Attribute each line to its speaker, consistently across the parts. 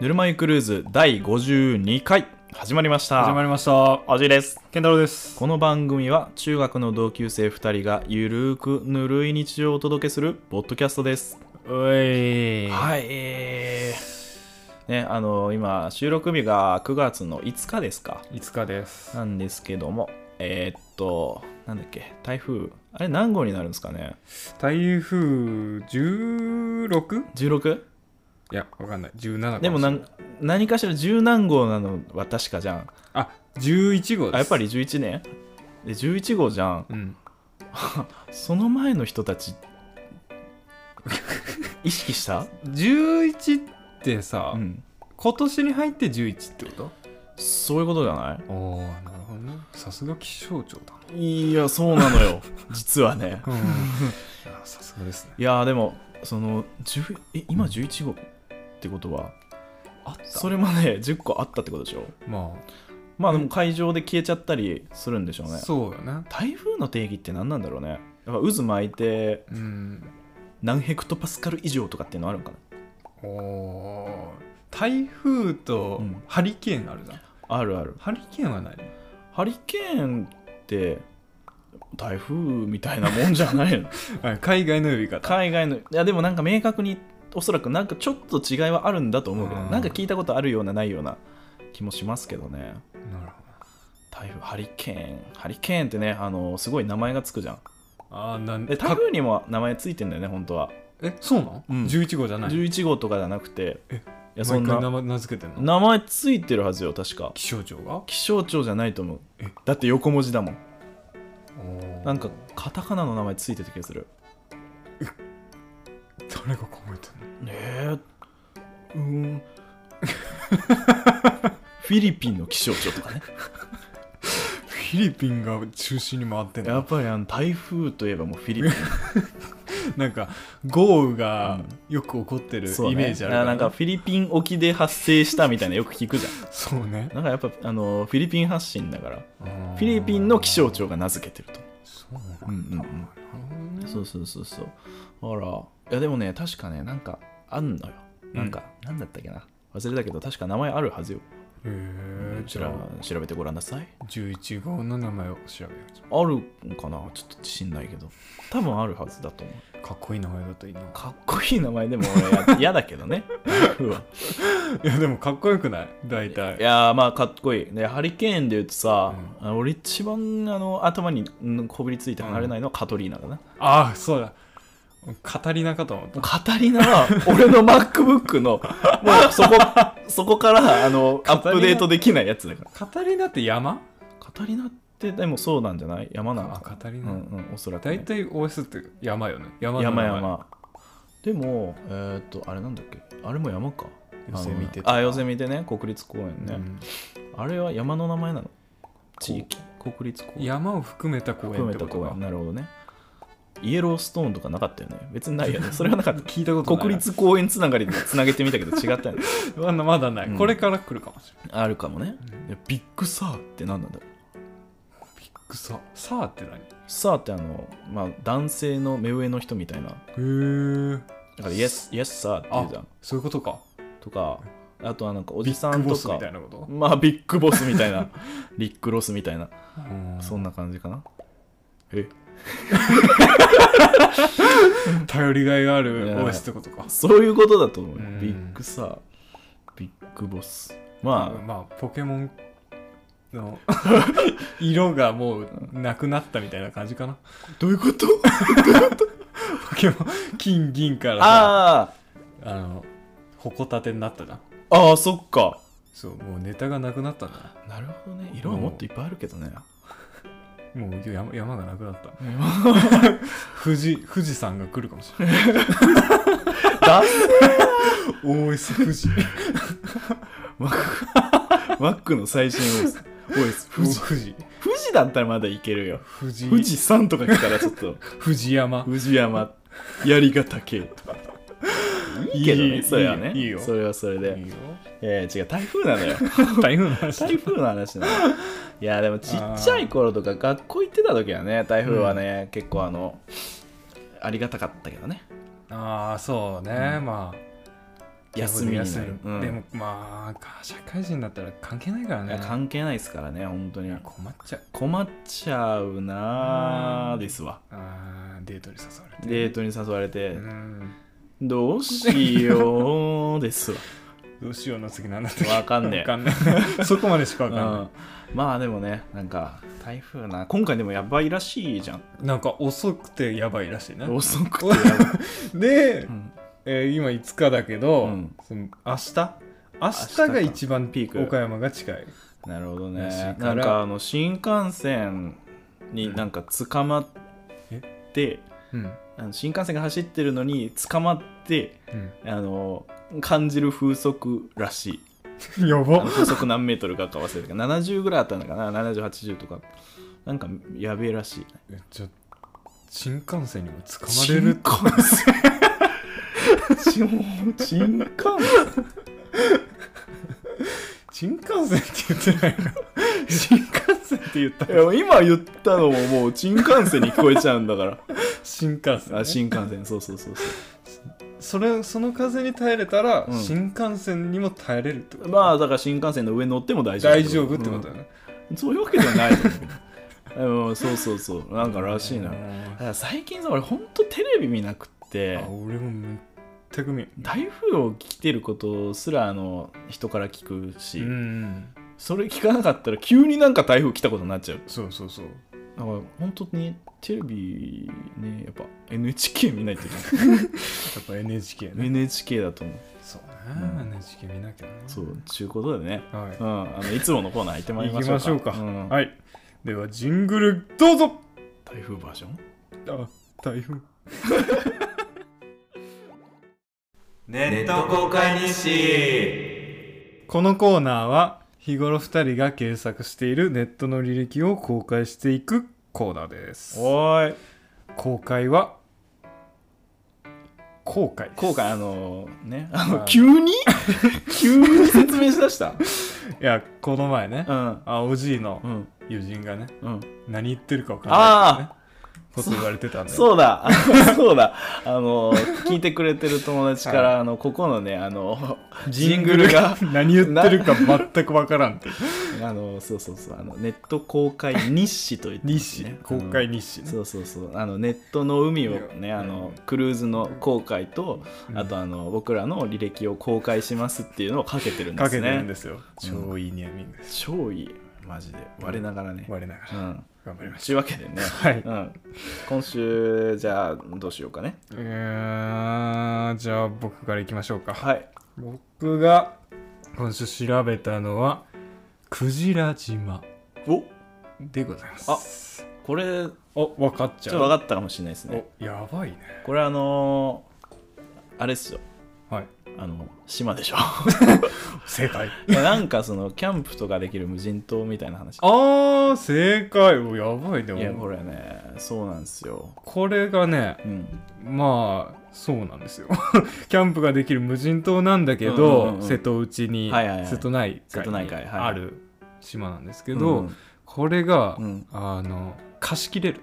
Speaker 1: ぬるま湯クルーズ第52回始まりました
Speaker 2: 始まりました
Speaker 1: おじいです
Speaker 2: 健太郎です
Speaker 1: この番組は中学の同級生2人がゆるーくぬるい日常をお届けするポッドキャストです
Speaker 2: おい
Speaker 1: はいねあの今収録日が9月の5日ですか
Speaker 2: 5日です
Speaker 1: なんですけどもえーっとなんだっけ台風あれ何号になるんですかね
Speaker 2: 台風 16?
Speaker 1: 16?
Speaker 2: いやわかんない17かも
Speaker 1: でもなん何かしら十何号なのは確かじゃん
Speaker 2: あ11号です
Speaker 1: あやっぱり11年で11号じゃん
Speaker 2: うん
Speaker 1: その前の人たち意識した、
Speaker 2: 11ってさ、
Speaker 1: うん、
Speaker 2: 今年に入って11ってこと
Speaker 1: そういうことじゃな
Speaker 2: おおなるほどねさすが気象庁だ
Speaker 1: いいやそうなのよ 実はね
Speaker 2: うんあさすがですね
Speaker 1: いやーでもその10え今11号ってことは
Speaker 2: あった
Speaker 1: それまで10個あったってことでしょ
Speaker 2: ま
Speaker 1: まあでも海上で消えちゃったりするんでしょう
Speaker 2: あ、
Speaker 1: ね
Speaker 2: そうよね
Speaker 1: 台風の定義って何なんだろうねやっぱ渦巻いて
Speaker 2: うん
Speaker 1: 何ヘクトパスカル以上とかっていうのあるんか
Speaker 2: お
Speaker 1: な
Speaker 2: お台風と
Speaker 1: うん
Speaker 2: ハリケーンあるじゃん、
Speaker 1: あるある
Speaker 2: ハリケーンはない
Speaker 1: ハリケーンって台風みたいなもんじゃないの
Speaker 2: はい海外の呼び方
Speaker 1: 海外のいやでもなんか明確におそらくなんかちょっと違いはあるんだと思うけど
Speaker 2: うん
Speaker 1: なんか聞いたことあるようなないような気もしますけどね
Speaker 2: なるほ
Speaker 1: 台風ハリケーンハリケーンってねあのすごい名前がつくじゃん
Speaker 2: どあーなん
Speaker 1: で台風にも名前ついてんだよね本当は
Speaker 2: えそうなん、
Speaker 1: うん
Speaker 2: 11号じゃない
Speaker 1: 11号とかじゃなくて
Speaker 2: え
Speaker 1: いやそん
Speaker 2: 毎回
Speaker 1: な
Speaker 2: 名前名付けてんの
Speaker 1: 名前ついてるはずよ確か
Speaker 2: 気象庁が
Speaker 1: 気象庁じゃないと思う
Speaker 2: え
Speaker 1: だって横文字だもんな
Speaker 2: なん
Speaker 1: かカタカナの名前ついてた気がする
Speaker 2: 誰が考えてんの
Speaker 1: ねえうん フィリピンの気象庁とかね
Speaker 2: フィリピンが中心に回ってん
Speaker 1: や
Speaker 2: の
Speaker 1: っぱりあの台風といえばもうフィリピン
Speaker 2: なんか豪雨がよく起こってる
Speaker 1: そう
Speaker 2: イ
Speaker 1: ね
Speaker 2: メージある
Speaker 1: だ
Speaker 2: か
Speaker 1: かららなんかフィリピン沖で発生したみたいなよく聞くじゃん
Speaker 2: そうね
Speaker 1: なんかやっぱあのフィリピン発信だからフィリピンの気象庁が名付けてると
Speaker 2: そうなんだ
Speaker 1: うんうん
Speaker 2: なるほ
Speaker 1: そうそうそうそうあらいやでもね確かねなんかあんのよなんか、なんだったっけな忘れたけど確か名前あるはずよ
Speaker 2: どねへえじ
Speaker 1: じゃ
Speaker 2: ゃ
Speaker 1: あ
Speaker 2: あ
Speaker 1: 調べてごらんなさい
Speaker 2: 11号の名前を調べようじ
Speaker 1: あるんかなちょっと自信ないけど多分あるはずだと思う
Speaker 2: ゃあかっこいい名前だといいな
Speaker 1: かっこいい名前でも俺や嫌だけど ねうわ
Speaker 2: いやでもかっこよくない大
Speaker 1: い
Speaker 2: 体
Speaker 1: やーまあかっこいいでハリケーンで言うとさ
Speaker 2: う、
Speaker 1: あの俺一番あの頭にうんこびりついて離れないのはカトリーナだな、
Speaker 2: ああそうだ語りなかと思った
Speaker 1: カタリナ は俺の MacBook のもうそこそこからあのア
Speaker 2: カタ
Speaker 1: ッ
Speaker 2: リナ
Speaker 1: プデートできないやつだから
Speaker 2: 語りなって山
Speaker 1: カタリナってでもそうなんじゃない山なの
Speaker 2: あ
Speaker 1: か
Speaker 2: 語り
Speaker 1: う
Speaker 2: なん
Speaker 1: うんおそらく、
Speaker 2: 大
Speaker 1: ね、
Speaker 2: 体 OS って山よね山の名前
Speaker 1: 山山でもえーっとあれなんだっけあれも山か
Speaker 2: ヨセミテとか
Speaker 1: あのあヨセミテね国立公園
Speaker 2: う
Speaker 1: ね、
Speaker 2: ん
Speaker 1: あれは山の名前なの地域国立公園
Speaker 2: 山を含めた公園
Speaker 1: 含
Speaker 2: っ
Speaker 1: め
Speaker 2: て
Speaker 1: た
Speaker 2: こと
Speaker 1: 公
Speaker 2: か
Speaker 1: 園なるほどねイエローストーンとかなかったよね別にない よねそれはなかった
Speaker 2: 聞いたことない
Speaker 1: 国立公園つながりでつなげてみたけど違ったよね
Speaker 2: まだまだない、
Speaker 1: うん
Speaker 2: これから来るかもしれ
Speaker 1: あるかもね
Speaker 2: ない、
Speaker 1: いやビッグサーって何なんだろう
Speaker 2: ビッグサーサーって何へ
Speaker 1: サーってあの、まあ、男性の目上の人みたいな
Speaker 2: え
Speaker 1: だからイエスイエスサーって言うじゃ
Speaker 2: あ
Speaker 1: ん
Speaker 2: そういうことか
Speaker 1: とかあとはなんかお
Speaker 2: ビ
Speaker 1: じさん
Speaker 2: ッグ
Speaker 1: と
Speaker 2: ボスみたい
Speaker 1: か
Speaker 2: なこと、
Speaker 1: まあビッグボスみた いなリックロスみたいな
Speaker 2: うん
Speaker 1: そんな感じかなえ
Speaker 2: 頼りがいがあ
Speaker 1: い
Speaker 2: る
Speaker 1: や
Speaker 2: OS ってことか
Speaker 1: そういうことだと思う
Speaker 2: う
Speaker 1: よ
Speaker 2: ん
Speaker 1: ビッグサービッグボス
Speaker 2: ま
Speaker 1: ま
Speaker 2: あ、
Speaker 1: あ
Speaker 2: ポケモンの 色がもうなくなったみたいな感じかな
Speaker 1: どうい うこと
Speaker 2: ポケモン金銀からさあ
Speaker 1: あ
Speaker 2: のホコタテになったじゃん
Speaker 1: ーあーそっか
Speaker 2: そうもうネタがなくなったんだ
Speaker 1: なるほどね色はもっといっぱいあるけどね
Speaker 2: もう山山がなくな った富士富士山が来るかもしれない
Speaker 1: だ
Speaker 2: OS 富士
Speaker 1: マックマックの最新 OS OS 富
Speaker 2: 富
Speaker 1: 士
Speaker 2: 士富士
Speaker 1: 富士だったらまだいけるよ
Speaker 2: 富士
Speaker 1: 富士山とか来たらちょっと
Speaker 2: 富士山
Speaker 1: 富士山槍ヶ岳とかいいけど
Speaker 2: い
Speaker 1: ね
Speaker 2: い
Speaker 1: それはね
Speaker 2: いいよ
Speaker 1: それはそれで
Speaker 2: いいよ
Speaker 1: えー違う台風なのよ
Speaker 2: 台風の話
Speaker 1: 台風の話なのいやでもちっちゃい頃とか学校行ってた時はね台風はね、結構あのありがたかったけどね
Speaker 2: ああそうね、まあ
Speaker 1: 休みになる
Speaker 2: 休む
Speaker 1: うん
Speaker 2: でもまあか社会人だったら関係ないから
Speaker 1: いや
Speaker 2: ね
Speaker 1: 関係ないですからね本当に
Speaker 2: 困っちゃう
Speaker 1: 困っちゃうな
Speaker 2: う
Speaker 1: ー
Speaker 2: ん
Speaker 1: ですわ
Speaker 2: あーデートに誘われて
Speaker 1: デートに誘われて、
Speaker 2: うん
Speaker 1: どうしようですわ
Speaker 2: どうしようの次何だったっけ
Speaker 1: わかんねえ
Speaker 2: わかん ないそこまでしか わ
Speaker 1: う
Speaker 2: かんなん
Speaker 1: まあでもねなんか台風な今回でもやばいらしいじゃん
Speaker 2: いなんか遅くてやばいらしいな
Speaker 1: 遅くてやばい、
Speaker 2: で、
Speaker 1: うん
Speaker 2: えー今5日だけど、
Speaker 1: うん
Speaker 2: その明日明日
Speaker 1: 明日
Speaker 2: が
Speaker 1: か
Speaker 2: 一番
Speaker 1: ピーク
Speaker 2: 岡山が近い
Speaker 1: なるほど
Speaker 2: らしい
Speaker 1: ね
Speaker 2: か
Speaker 1: な
Speaker 2: ら
Speaker 1: んかあの新幹線になんか捕まって、
Speaker 2: うん
Speaker 1: あの新幹線が走ってるのに捕まって
Speaker 2: う
Speaker 1: あの感じる風速らしい
Speaker 2: んや
Speaker 1: あ
Speaker 2: ば
Speaker 1: の風速何メートルかか忘れたけど70ぐらいあったのかな7080とかなんかやべえらしい
Speaker 2: えちょ新幹線にも捕まれる
Speaker 1: 新幹線ちもう新幹線
Speaker 2: 新幹線って言ってないの新幹線って言った
Speaker 1: いや今言ったのももう新幹線に聞こえちゃうん だか
Speaker 2: 新幹線、
Speaker 1: ら
Speaker 2: ね、
Speaker 1: あ新幹線そうそうそうそ
Speaker 2: それその風に耐えれたら、
Speaker 1: うん
Speaker 2: 新幹線にも耐えれるってこ
Speaker 1: う
Speaker 2: と
Speaker 1: まあだから新幹線の上乗っても大丈夫
Speaker 2: 大丈夫ってことだよね、
Speaker 1: うんそういうわけじゃないと思うけどうんそうそうそうなんからしい
Speaker 2: う
Speaker 1: なだ
Speaker 2: ん
Speaker 1: から最近さ俺ほんとテレビ見なくって
Speaker 2: あ俺もめっちゃ組
Speaker 1: 台風を来てることすらあの人から聞くし、
Speaker 2: うん
Speaker 1: それ聞かなかったら急になんか台風来たことになっちゃう
Speaker 2: そうそうそう
Speaker 1: だから本当にテレビねやっぱ NHK 見ないといけない
Speaker 2: やっぱ NHK ね
Speaker 1: NHK だと思う
Speaker 2: そうね、
Speaker 1: うん
Speaker 2: NHK 見なきゃね
Speaker 1: そうちゅうことでね、
Speaker 2: はい
Speaker 1: うん、あのいつものコーナー行ってまいりま
Speaker 2: 行
Speaker 1: し
Speaker 2: き
Speaker 1: ょうか
Speaker 2: ましょうか、
Speaker 1: ん
Speaker 2: はいではジングルどうぞ
Speaker 1: 台風バージョン
Speaker 2: あ台風
Speaker 3: ネット公開日誌
Speaker 2: このコーナーは日頃2人が検索しているネットの履歴を公開していくコーナーです
Speaker 1: おーい
Speaker 2: 公開は後悔です
Speaker 1: 今回あのねあ
Speaker 2: は
Speaker 1: の
Speaker 2: い
Speaker 1: 急に 急に説明しだした
Speaker 2: いやこの前ね、
Speaker 1: うん
Speaker 2: あおじいの
Speaker 1: うん
Speaker 2: 友人がね
Speaker 1: うん
Speaker 2: 何言ってるか分かんないってねこと言われてたんで
Speaker 1: そうだ、 あのそうだ、あの、聞いてくれてる友達から、あの、ここのね、あの、ジングルが、
Speaker 2: 何言ってるか全く分からんって
Speaker 1: あの、そうそうそう、あの、ネット公開日誌と言ってま
Speaker 2: 日
Speaker 1: す
Speaker 2: 誌
Speaker 1: ね、
Speaker 2: 公開日誌
Speaker 1: あの
Speaker 2: ね
Speaker 1: そうそうそう、あの、ネットの海を
Speaker 2: い
Speaker 1: ね、
Speaker 2: や
Speaker 1: あの、クルーズの公開と、
Speaker 2: うん
Speaker 1: あと、あの、僕らの履歴を公開しますっていうのをかけてるんで
Speaker 2: か
Speaker 1: す
Speaker 2: けてるん
Speaker 1: ね
Speaker 2: で。すよ超いいネーミングです
Speaker 1: 超いい、マジで、我ながらね。
Speaker 2: 我なが
Speaker 1: う
Speaker 2: ら
Speaker 1: ん。
Speaker 2: 頑張りまし
Speaker 1: ちゅうわけでね、
Speaker 2: た はい
Speaker 1: うん。今週、じゃあ、どうしようかね。
Speaker 2: えーじゃあ僕からいきましょうか
Speaker 1: はい。
Speaker 2: 僕が今週調べたのはクジラ島
Speaker 1: お
Speaker 2: でございます
Speaker 1: これ、
Speaker 2: あ分かっち
Speaker 1: ち
Speaker 2: ゃ
Speaker 1: ょっ
Speaker 2: う
Speaker 1: と分かったかもしれないですね。
Speaker 2: おやばいね
Speaker 1: これあのーあれっすよ。
Speaker 2: はい
Speaker 1: あの、島でしょ。
Speaker 2: 正解
Speaker 1: まあなんかその、キャンプとかできる無人島みたいな話。
Speaker 2: あー正解おやばいで
Speaker 1: いや、こ
Speaker 2: も
Speaker 1: れね、そうなんですよ。
Speaker 2: これがね
Speaker 1: うん。
Speaker 2: まあそうなんですよ キャンプができる無人島なんだけど、
Speaker 1: うんうんうんうん
Speaker 2: 瀬戸内に、
Speaker 1: はいはいはい
Speaker 2: 瀬戸内
Speaker 1: 瀬戸内海
Speaker 2: 海に
Speaker 1: はい
Speaker 2: ある島なんですけど、
Speaker 1: うん
Speaker 2: これが、
Speaker 1: うん
Speaker 2: あの貸し切れる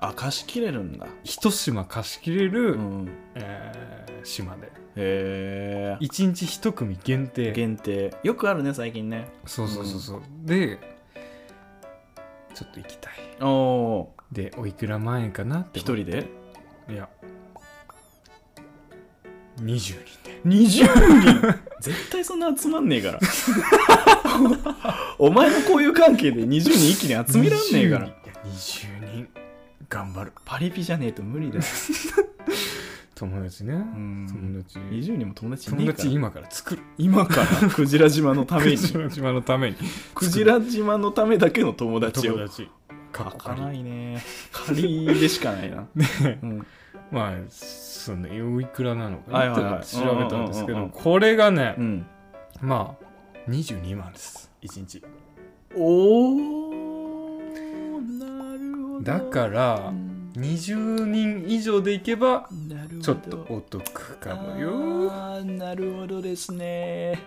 Speaker 1: あ、貸し切れるんだ。
Speaker 2: 一島貸し切れる、
Speaker 1: うん。へ
Speaker 2: えー島で
Speaker 1: え。
Speaker 2: 一日一組限定
Speaker 1: 限定。よくあるね、最近ね。
Speaker 2: そうそうそうそう、でちょっと行きたい
Speaker 1: おお
Speaker 2: でおいくら万円かなっ
Speaker 1: ー。
Speaker 2: て
Speaker 1: 一人で
Speaker 2: いや20人で
Speaker 1: ?20 人絶対そんな集まんねえから。 お前の交友関係で20人一気に集めらんねえから。
Speaker 2: 20人いや20人頑張る
Speaker 1: パリピじゃねえと無理だよ。
Speaker 2: 友達ね、友達
Speaker 1: 20人も友達いねえ
Speaker 2: 友
Speaker 1: から
Speaker 2: 達今から作る
Speaker 1: 今から クジラ島のため に
Speaker 2: 島島のために
Speaker 1: クジラ島のためだけの友達
Speaker 2: 友
Speaker 1: を
Speaker 2: 達
Speaker 1: 書
Speaker 2: かっこ
Speaker 1: か
Speaker 2: 仮
Speaker 1: ないね仮でしかない な、うん
Speaker 2: まあそのおいくらなのか
Speaker 1: はいはいはい
Speaker 2: なって調べたんですけ
Speaker 1: うんうんうんう
Speaker 2: ど
Speaker 1: ん
Speaker 2: これがね、
Speaker 1: うん、
Speaker 2: まあ22万です1日
Speaker 1: おーなるほど
Speaker 2: だから
Speaker 1: うん
Speaker 2: 20人以上で行けば
Speaker 1: なるほど
Speaker 2: ちょっとお得かもよ
Speaker 1: あーなるほどです ね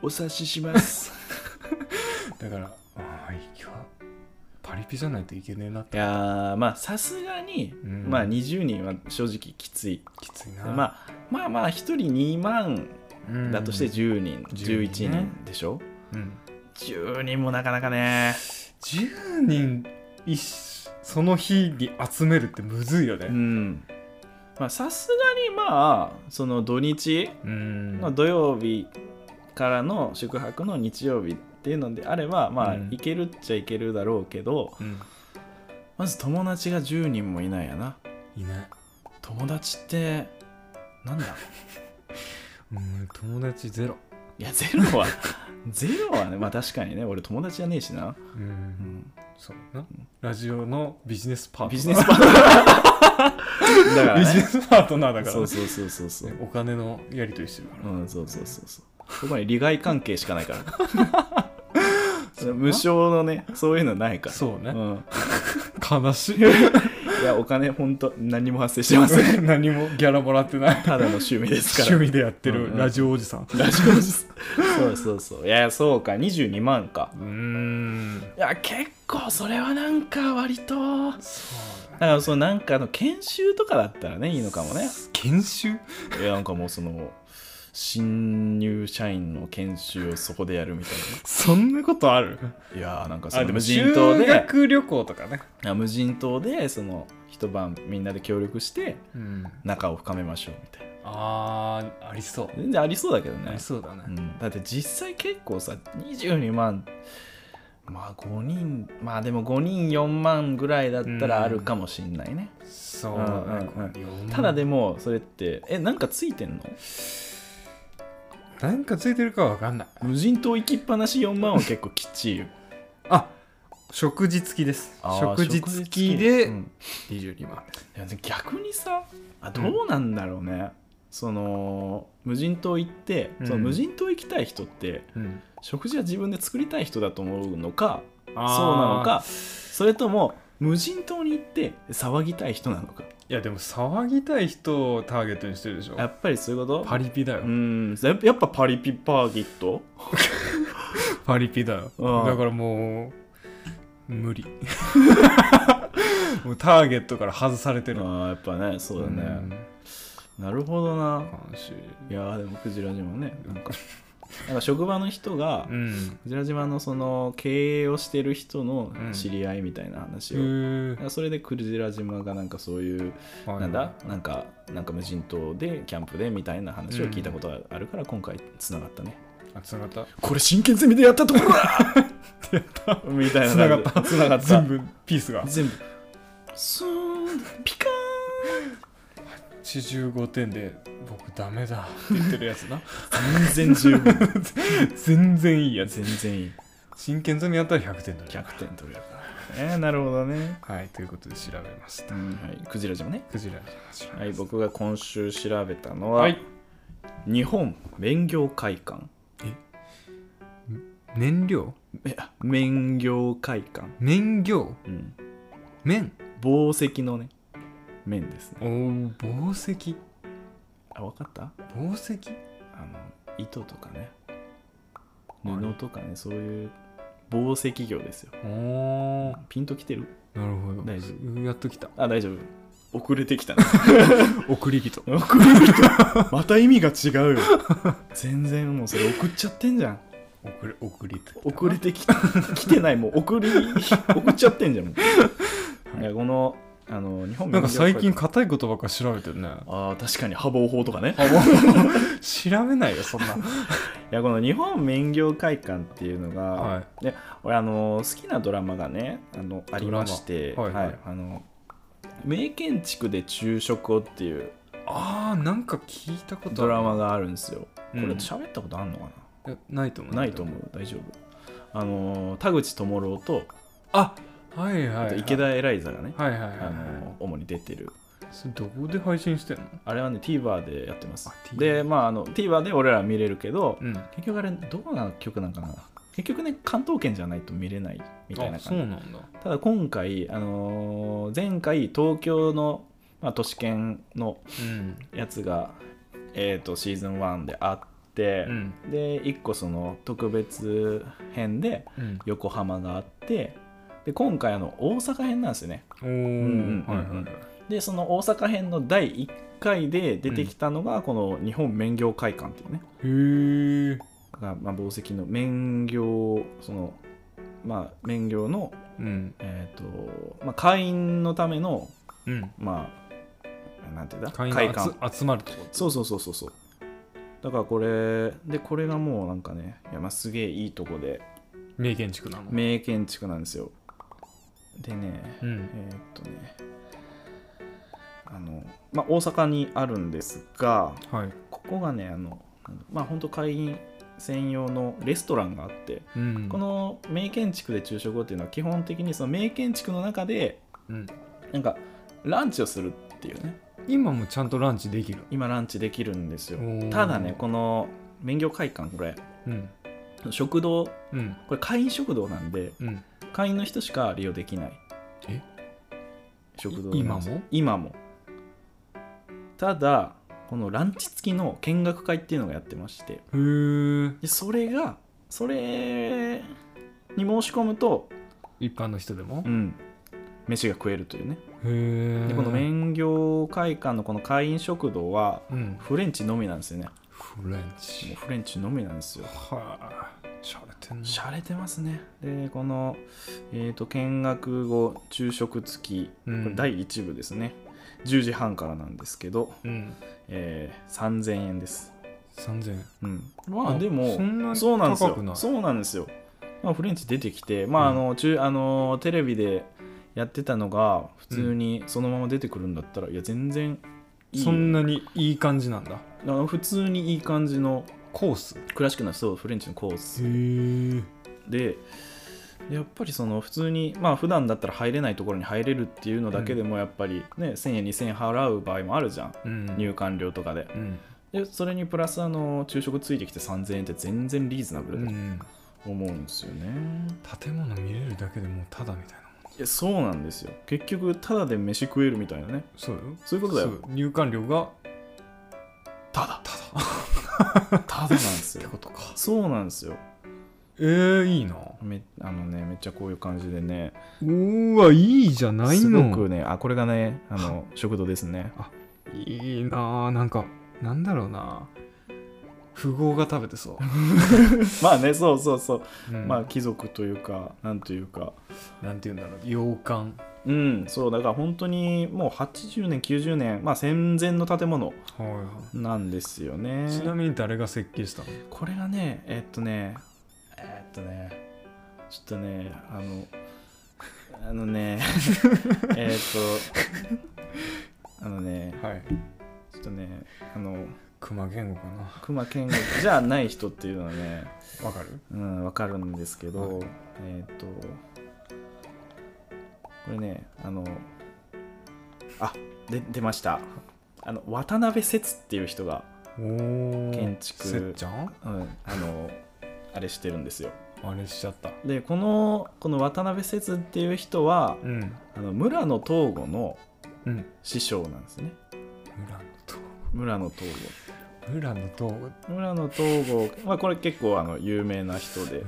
Speaker 1: お察しします
Speaker 2: だからああ今日はパリピじゃないといけねえなって
Speaker 1: いやーまあさすがに、
Speaker 2: うん
Speaker 1: まあ20人は正直きつい
Speaker 2: きついな
Speaker 1: まあまあまあ1人2万
Speaker 2: うん
Speaker 1: だとして10人11
Speaker 2: 11人ね
Speaker 1: 人でしょ
Speaker 2: うん、
Speaker 1: 10人もなかなかね
Speaker 2: 10人一緒その日に集めるってむずいよ
Speaker 1: う
Speaker 2: ね
Speaker 1: んまあさすがにまあその土日
Speaker 2: うん
Speaker 1: の土曜日からの宿泊の日曜日っていうのであればまあ
Speaker 2: うん
Speaker 1: 行けるっちゃ行けるだろうけど、
Speaker 2: うん
Speaker 1: まず友達が10人もいないやない
Speaker 2: ない
Speaker 1: 友達ってなん だ
Speaker 2: うん友達ゼロ
Speaker 1: いやゼロはゼロはねまあ確かにね俺友達じゃねえしな、
Speaker 2: う
Speaker 1: うんん、
Speaker 2: そうだなラジオのビジネスパートナー
Speaker 1: ビジネスパート ナーだから、ね、
Speaker 2: ビジネスパートナーだから、ね、
Speaker 1: そうそうそうそうそう
Speaker 2: お金のやり取りしてるから、
Speaker 1: うん、そうそうそうそう。ここに利害関係しかない から。無償のね、そういうのないから。
Speaker 2: そうね、
Speaker 1: ん、
Speaker 2: 悲しい
Speaker 1: いや、お金、本当何も発生してま せ ん。
Speaker 2: 何もギャラもらってない
Speaker 1: ただの趣味ですから。
Speaker 2: 趣味でやって
Speaker 1: うんう
Speaker 2: る
Speaker 1: ん
Speaker 2: ラジオおじさん
Speaker 1: ラジオです。 そうそうそう。いや、そうか、22万か。
Speaker 2: うーん
Speaker 1: いや、結構、それはなんか、割と。だ
Speaker 2: そうだね
Speaker 1: から、そのなんかあの研修とかだったらね、いいのかもね。
Speaker 2: 研修
Speaker 1: いや、なんかもう、その、新入社員の研修をそこでやるみたい
Speaker 2: そんなことある
Speaker 1: な。いやー、なんかそ
Speaker 2: あ
Speaker 1: の
Speaker 2: でも
Speaker 1: 無人島で。
Speaker 2: 修学旅行とかね
Speaker 1: あ無人島でその一晩みんなで協力して
Speaker 2: うん
Speaker 1: 仲を深めましょうみたいな
Speaker 2: あーありそう
Speaker 1: 全然ありそうだけど
Speaker 2: あ
Speaker 1: ね
Speaker 2: り、そうだね
Speaker 1: うん、だって実際結構さ22万まあ5人まあでも5人4万ぐらいだったらあるかもしんないね、
Speaker 2: そうだね
Speaker 1: うんうんうん
Speaker 2: これ四万
Speaker 1: ただでもそれってえなんかついてんの
Speaker 2: なんかついてるかわかんない
Speaker 1: 無人島行きっぱなし4万は結構きっちいよ
Speaker 2: あ食事付きです
Speaker 1: あー
Speaker 2: 食事付き
Speaker 1: う
Speaker 2: で
Speaker 1: ん
Speaker 2: 22万
Speaker 1: いや逆にさあどうなんだろうね、その無人島行って、
Speaker 2: うん
Speaker 1: その無人島行きたい人って
Speaker 2: うん
Speaker 1: 食事は自分で作りたい人だと思うのか
Speaker 2: そう
Speaker 1: そうなのかそれとも無人島に行って騒ぎたい人なのか
Speaker 2: いやでも騒ぎたい人をターゲットにしてるでしょ
Speaker 1: やっぱりそういうこと
Speaker 2: パリピだよ、
Speaker 1: うんやっぱやっぱパリピパーギット
Speaker 2: パリピだよ
Speaker 1: うん
Speaker 2: だからもう無理 もうターゲットから外されてる
Speaker 1: ああやっぱねそうだ
Speaker 2: うん
Speaker 1: ね、なるほどな
Speaker 2: 悲しい
Speaker 1: いやーでもクジラ島ねなんかなんか職場の人が、
Speaker 2: うん
Speaker 1: クジラ島のその経営をしてる人の
Speaker 2: うん
Speaker 1: 知り合いみたいな話を、
Speaker 2: へ
Speaker 1: それでクジラ島がなんかそういう
Speaker 2: え
Speaker 1: なんだなんかなんか無人島でキャンプでみたいな話を聞いたことがあるから今回つながったね、
Speaker 2: あつながっ
Speaker 1: これ真剣ゼミでやったところだ みたい
Speaker 2: た
Speaker 1: な
Speaker 2: つながった
Speaker 1: つながった
Speaker 2: 全部ピースが
Speaker 1: 全部スーンピカ
Speaker 2: 85点で僕ダメだって言ってるやつな
Speaker 1: ーン全然十分
Speaker 2: 全然いいやつ
Speaker 1: 全然いい
Speaker 2: 真剣ゼミやったら100点だね
Speaker 1: 100点取れるから ねなるほどね、
Speaker 2: はいということで調べました
Speaker 1: はい、クジラ島ね
Speaker 2: クジラにしま
Speaker 1: はい僕が今週調べたのは、
Speaker 2: はい
Speaker 1: 日本免業会館
Speaker 2: 燃料
Speaker 1: え免業会館、
Speaker 2: 燃料
Speaker 1: うん、
Speaker 2: 麺
Speaker 1: 紡績のね面ですね
Speaker 2: おお宝石
Speaker 1: あ分かった
Speaker 2: 宝石
Speaker 1: あの糸とかね布とかねそういう紡績業ですよ
Speaker 2: おお
Speaker 1: ピンときてる
Speaker 2: なるほど
Speaker 1: 大丈
Speaker 2: やっときた
Speaker 1: あ大丈夫遅れてき たね
Speaker 2: 送り人
Speaker 1: 遅れてきたまた意味が違う よ全然もうそれ送っちゃってんじゃん
Speaker 2: 送れ送り人
Speaker 1: 遅れてきた来てないもう送り 送っちゃってんじゃんもういやこのあの日本
Speaker 2: なんか
Speaker 1: 民謡会
Speaker 2: 最近硬いことばっか調べてるね
Speaker 1: あー確かに破防法とかね
Speaker 2: 調べないよそんな
Speaker 1: いやこの日本免業会館っていうのが、
Speaker 2: はい
Speaker 1: 俺あの好きなドラマがねあのありまして、
Speaker 2: はいはい
Speaker 1: あの名建築で昼食をっていう
Speaker 2: あーなんか聞いたことある
Speaker 1: ドラマがあるんですよ。こ
Speaker 2: うん
Speaker 1: れ喋ったことあるのかな、
Speaker 2: いやないと思う
Speaker 1: ないと思う大丈夫。あの田口智朗と
Speaker 2: あはいはい、
Speaker 1: あ
Speaker 2: は
Speaker 1: と
Speaker 2: い、
Speaker 1: 池田エライザがね、
Speaker 2: はいはいはい、はい
Speaker 1: あの主に出てる
Speaker 2: それどこで配信してんの
Speaker 1: あれはね TVer でやってます
Speaker 2: あ。TVer
Speaker 1: でまああの TVer で俺ら見れるけど、
Speaker 2: うん
Speaker 1: 結局あれどこな曲なんかな結局ね関東圏じゃないと見れないみたいな
Speaker 2: あそう
Speaker 1: 感じ
Speaker 2: なんだ
Speaker 1: ただ今回、あのー前回東京の、まあ、都市圏の
Speaker 2: うん
Speaker 1: やつが、えー、とシーズン1であって
Speaker 2: う、ん
Speaker 1: で1個その特別編で
Speaker 2: うん
Speaker 1: 横浜があってで今回あの大阪編なんですよね
Speaker 2: おお、
Speaker 1: んうんう
Speaker 2: は
Speaker 1: ん
Speaker 2: いはいはい
Speaker 1: でその大阪編の第1回で出てきたのがこの日本免業会館っていう
Speaker 2: へ
Speaker 1: ね、
Speaker 2: え
Speaker 1: がまあ、紡績の免業そのまあ免業の、
Speaker 2: うん
Speaker 1: えーとまあ、会員のための
Speaker 2: うん
Speaker 1: まあなんていうんだ
Speaker 2: 会員
Speaker 1: 会
Speaker 2: が
Speaker 1: 館
Speaker 2: 集集まるってこと
Speaker 1: そうそうそうそうそうだからこれでこれがもうなんかねいやまあすげえいいとこで
Speaker 2: 名建築なの
Speaker 1: 名建築なんですよでね
Speaker 2: うん
Speaker 1: えーっとねあの、まあ、大阪にあるんですが
Speaker 2: はい
Speaker 1: ここがねあのまあ本当会員専用のレストランがあって
Speaker 2: うん
Speaker 1: この名建築で昼食をっていうのは基本的にその名建築の中で
Speaker 2: うん
Speaker 1: なんかランチをするっていうね
Speaker 2: 今もちゃんとランチできる
Speaker 1: 今ランチできるんですよ
Speaker 2: おー
Speaker 1: ただねこの免許会館これ
Speaker 2: うん
Speaker 1: 食堂
Speaker 2: うん
Speaker 1: これ会員食堂なんで
Speaker 2: うん
Speaker 1: 会員の人しか利用できない
Speaker 2: え
Speaker 1: 食堂
Speaker 2: い
Speaker 1: なんです
Speaker 2: 今も
Speaker 1: 今もただこのランチ付きの見学会っていうのがやってまして
Speaker 2: へー
Speaker 1: でそれがそれに申し込むと
Speaker 2: 一般の人でも
Speaker 1: うん飯が食えるというね
Speaker 2: へえ
Speaker 1: でこの免業会館のこの会員食堂は
Speaker 2: うん
Speaker 1: フレンチのみなんですよね
Speaker 2: フレン
Speaker 1: もう
Speaker 2: チ
Speaker 1: フレンチのみなんですよ
Speaker 2: はあしゃれてんな
Speaker 1: しゃれてますねでこの、えー、と見学後昼食付きこ
Speaker 2: うん
Speaker 1: れ第1部ですね、10時半からなんですけど、
Speaker 2: うん
Speaker 1: えー3000円です、
Speaker 2: 3000円
Speaker 1: うん、まあ
Speaker 2: あ
Speaker 1: でも
Speaker 2: そんなに
Speaker 1: そうなんです
Speaker 2: 高くな
Speaker 1: よ
Speaker 2: い
Speaker 1: そうなんですよ、まあ、フレンチ出てきて、まああ
Speaker 2: うん
Speaker 1: の中あのテレビでやってたのが普通にそのまま出てくるんだったら、いや全然いいよ
Speaker 2: そんなにいい感じなんだ
Speaker 1: あの普通にいい感じの
Speaker 2: コースへ
Speaker 1: クラシックなそうフレンチのコース
Speaker 2: え
Speaker 1: でやっぱりその普通にまあ普段だったら入れないところに入れるっていうのだけでもやっぱりね、1000円2000円払う場合もあるじゃん
Speaker 2: うん
Speaker 1: 入館料とかで
Speaker 2: うん
Speaker 1: でそれにプラスあの昼食ついてきて3000円って全然リーズナブ
Speaker 2: う
Speaker 1: ルだと
Speaker 2: ん
Speaker 1: 思うんですよね、
Speaker 2: 建物見れるだけでもうただみたいなもん
Speaker 1: いやそうなんですよ結局タダで飯食えるみたいなね
Speaker 2: そうよ
Speaker 1: そういうことだよ
Speaker 2: そう入館料が
Speaker 1: タダタダタダなんで すよ
Speaker 2: ことか
Speaker 1: そうなんですよ
Speaker 2: えー、いいな
Speaker 1: めあのねめっちゃこういう感じでね
Speaker 2: うーわいいじゃない
Speaker 1: す
Speaker 2: の
Speaker 1: ごくねあこれがねあの食堂ですね
Speaker 2: いいなあなんかなんだろうな富豪が食べてそ
Speaker 1: まあねそうそうそう
Speaker 2: う、うん
Speaker 1: まあ貴族というかなんというか
Speaker 2: なんて言うんだろう洋館
Speaker 1: うんそうだから本当にもう80年90年まあ戦前の建物
Speaker 2: はいは
Speaker 1: なんですよね
Speaker 2: いちなみに誰が設計したの
Speaker 1: これがねえっとねえっとねちょっとねあのあのねえっとあのね
Speaker 2: はい
Speaker 1: ちょっとねあの
Speaker 2: 熊言語かな
Speaker 1: 熊健吾じゃない人っていうのはね
Speaker 2: わかる
Speaker 1: うん、わかるんですけど、
Speaker 2: は
Speaker 1: えっ、と、これね、あの、あで出ました。あの渡辺節っていう人が、
Speaker 2: おお
Speaker 1: 建築
Speaker 2: せっちゃん
Speaker 1: うん、あの、あれしてるんですよ。
Speaker 2: あれしちゃった
Speaker 1: で、この、この渡辺節っていう人は、
Speaker 2: うん
Speaker 1: あの村野東吾の
Speaker 2: うん
Speaker 1: 師匠なんですね。
Speaker 2: 村の塔
Speaker 1: 村野東
Speaker 2: 村の塔
Speaker 1: 吾。村野東吾、まあ、これ結構あの有名な人で。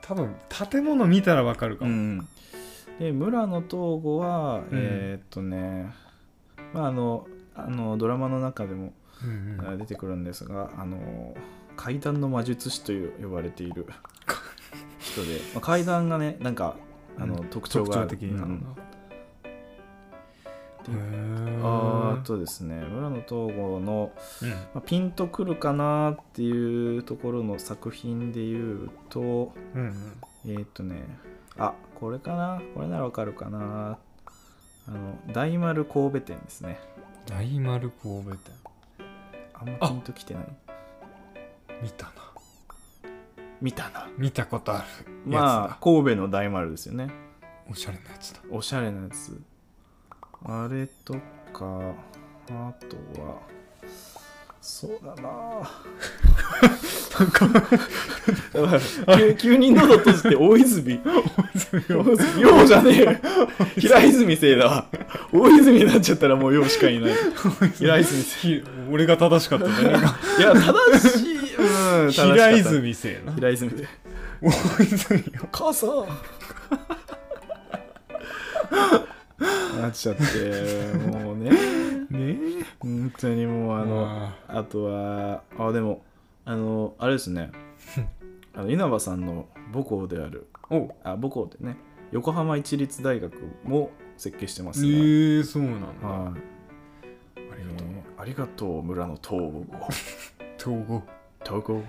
Speaker 2: 多分建物見たらわかるか
Speaker 1: う
Speaker 2: も、
Speaker 1: ん、で村野東吾は、
Speaker 2: うん
Speaker 1: えーっとねまああのあのドラマの中でも
Speaker 2: うんうん
Speaker 1: あ出てくるんですが、あの階段の魔術師という呼ばれている人で、まあ、階段がねなんかあの、
Speaker 2: うん
Speaker 1: 特徴がある
Speaker 2: 特徴的な
Speaker 1: う
Speaker 2: の
Speaker 1: んうん
Speaker 2: が、へー
Speaker 1: あーとですね村野東吾の、
Speaker 2: うん
Speaker 1: まあ、ピンとくるかなっていうところの作品で言うと
Speaker 2: うんうん
Speaker 1: えーっとね、あこれかなこれならわかるかなあの、大丸神戸店ですね。
Speaker 2: 大丸神戸店
Speaker 1: あんまピンときてない。
Speaker 2: 見たな
Speaker 1: 見たな。
Speaker 2: 見たことあるやつだ、
Speaker 1: まあ、神戸の大丸ですよね。
Speaker 2: おしゃれなやつだ
Speaker 1: おしゃれなやつ。あれとか、あとは、そうだななんか 急急に喉閉じて大泉大泉陽じゃねえよ平泉せいだわ大泉になっちゃったらもう陽しかいない 平泉せい
Speaker 2: ひ 俺が正しかったんだね
Speaker 1: いや、正しい。うん、 正しかった
Speaker 2: 平。泉せえな
Speaker 1: 平泉で。
Speaker 2: 大泉よ
Speaker 1: 母さん。 なっちゃってもうね
Speaker 2: ね
Speaker 1: 本当にもうあのあとはあでもあのあれです ねあの稲葉さんの母校である
Speaker 2: お
Speaker 1: あ母校でね横浜一律大学も設計してま
Speaker 2: え
Speaker 1: すね、
Speaker 2: ー、そうなんだ。
Speaker 1: はい
Speaker 2: ありがとう。
Speaker 1: ねありがとう村の統合
Speaker 2: 統合。
Speaker 1: 統合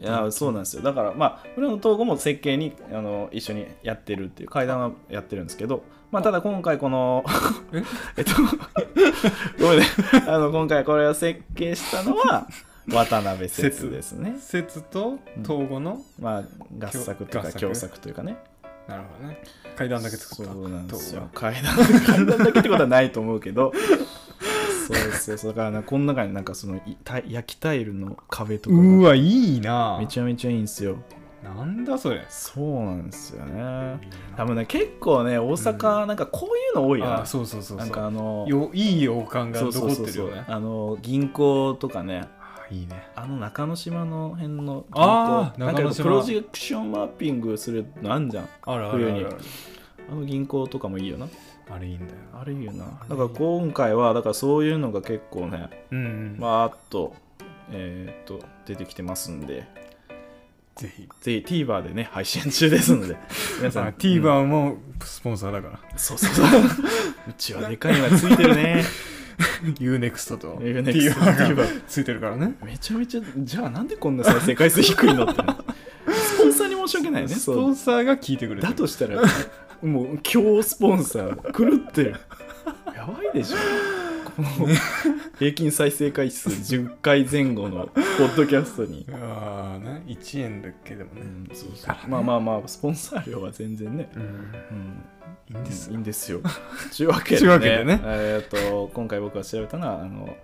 Speaker 1: いやそうなんですよだからまあ村の統合も設計にあの一緒にやってるっていう会談はやってるんですけどまあただ今回この
Speaker 2: え
Speaker 1: えっとごめんねあの今回これを設計した のは渡辺節ですね
Speaker 2: 説と統合の、
Speaker 1: まあ合作という
Speaker 2: 合
Speaker 1: か
Speaker 2: 作
Speaker 1: 共作というかね
Speaker 2: なるほどね。階段だけ作った。
Speaker 1: そうなんですよ
Speaker 2: 統
Speaker 1: 階段階段だけってことはないと思うけどそうですよだからなこの中になんかそのいた焼きタイルの壁とか
Speaker 2: 合うー
Speaker 1: が
Speaker 2: わ、いいな
Speaker 1: めちゃめちゃいいんですよ
Speaker 2: なんだそれ。
Speaker 1: そうなんですよね
Speaker 2: いい
Speaker 1: 多分ね結構ね大阪なんかこういうの多いよ
Speaker 2: な
Speaker 1: な,、
Speaker 2: あ、そうそうそうそう。
Speaker 1: なんかあの
Speaker 2: よいい洋館が
Speaker 1: そうそ
Speaker 2: 残
Speaker 1: う
Speaker 2: っ
Speaker 1: そう
Speaker 2: てる
Speaker 1: そ
Speaker 2: よ
Speaker 1: う、
Speaker 2: ね。
Speaker 1: あの銀行とかね
Speaker 2: あいいね。
Speaker 1: あの中之島の辺の銀行
Speaker 2: あー
Speaker 1: なん
Speaker 2: 中
Speaker 1: か
Speaker 2: 之島
Speaker 1: プロジェクションマッピングするのあんじゃん
Speaker 2: あるあ
Speaker 1: 冬
Speaker 2: るあ
Speaker 1: に
Speaker 2: るある。
Speaker 1: あの銀行とかもいいよな
Speaker 2: あれいいんだよ。
Speaker 1: あれいいよな
Speaker 2: あれいい
Speaker 1: だから今回はだからそういうのが結構ね
Speaker 2: うん。
Speaker 1: わーっと,、えーっと出てきてますんで
Speaker 2: ぜひ。
Speaker 1: ぜひ TVer でね配信中ですので皆さん
Speaker 2: あ TVer もスポンサーだ から。
Speaker 1: そうそうそううちはでかいのがついてるね
Speaker 2: UNEXT と
Speaker 1: UNEXT
Speaker 2: TVer がついてるからね。
Speaker 1: めちゃめちゃじゃあなんでこんな再生回数低いのってねスポンサーに申し訳ないね
Speaker 2: スポンサーが聞いてくれて
Speaker 1: だ
Speaker 2: る。
Speaker 1: としたらもう強スポンサー狂ってるやばいでしょこの平均再生回数10回前後のポッドキャストに、
Speaker 2: ああ、ね。1円だっけでも
Speaker 1: う
Speaker 2: ね。
Speaker 1: ん、そうそうまあまあまあスポンサー料は全然ね、
Speaker 2: うん。
Speaker 1: うん、
Speaker 2: いいんです
Speaker 1: いいんですよ。というわけで
Speaker 2: という
Speaker 1: ね
Speaker 2: わけでね
Speaker 1: えー、と今回僕が調べたのはあの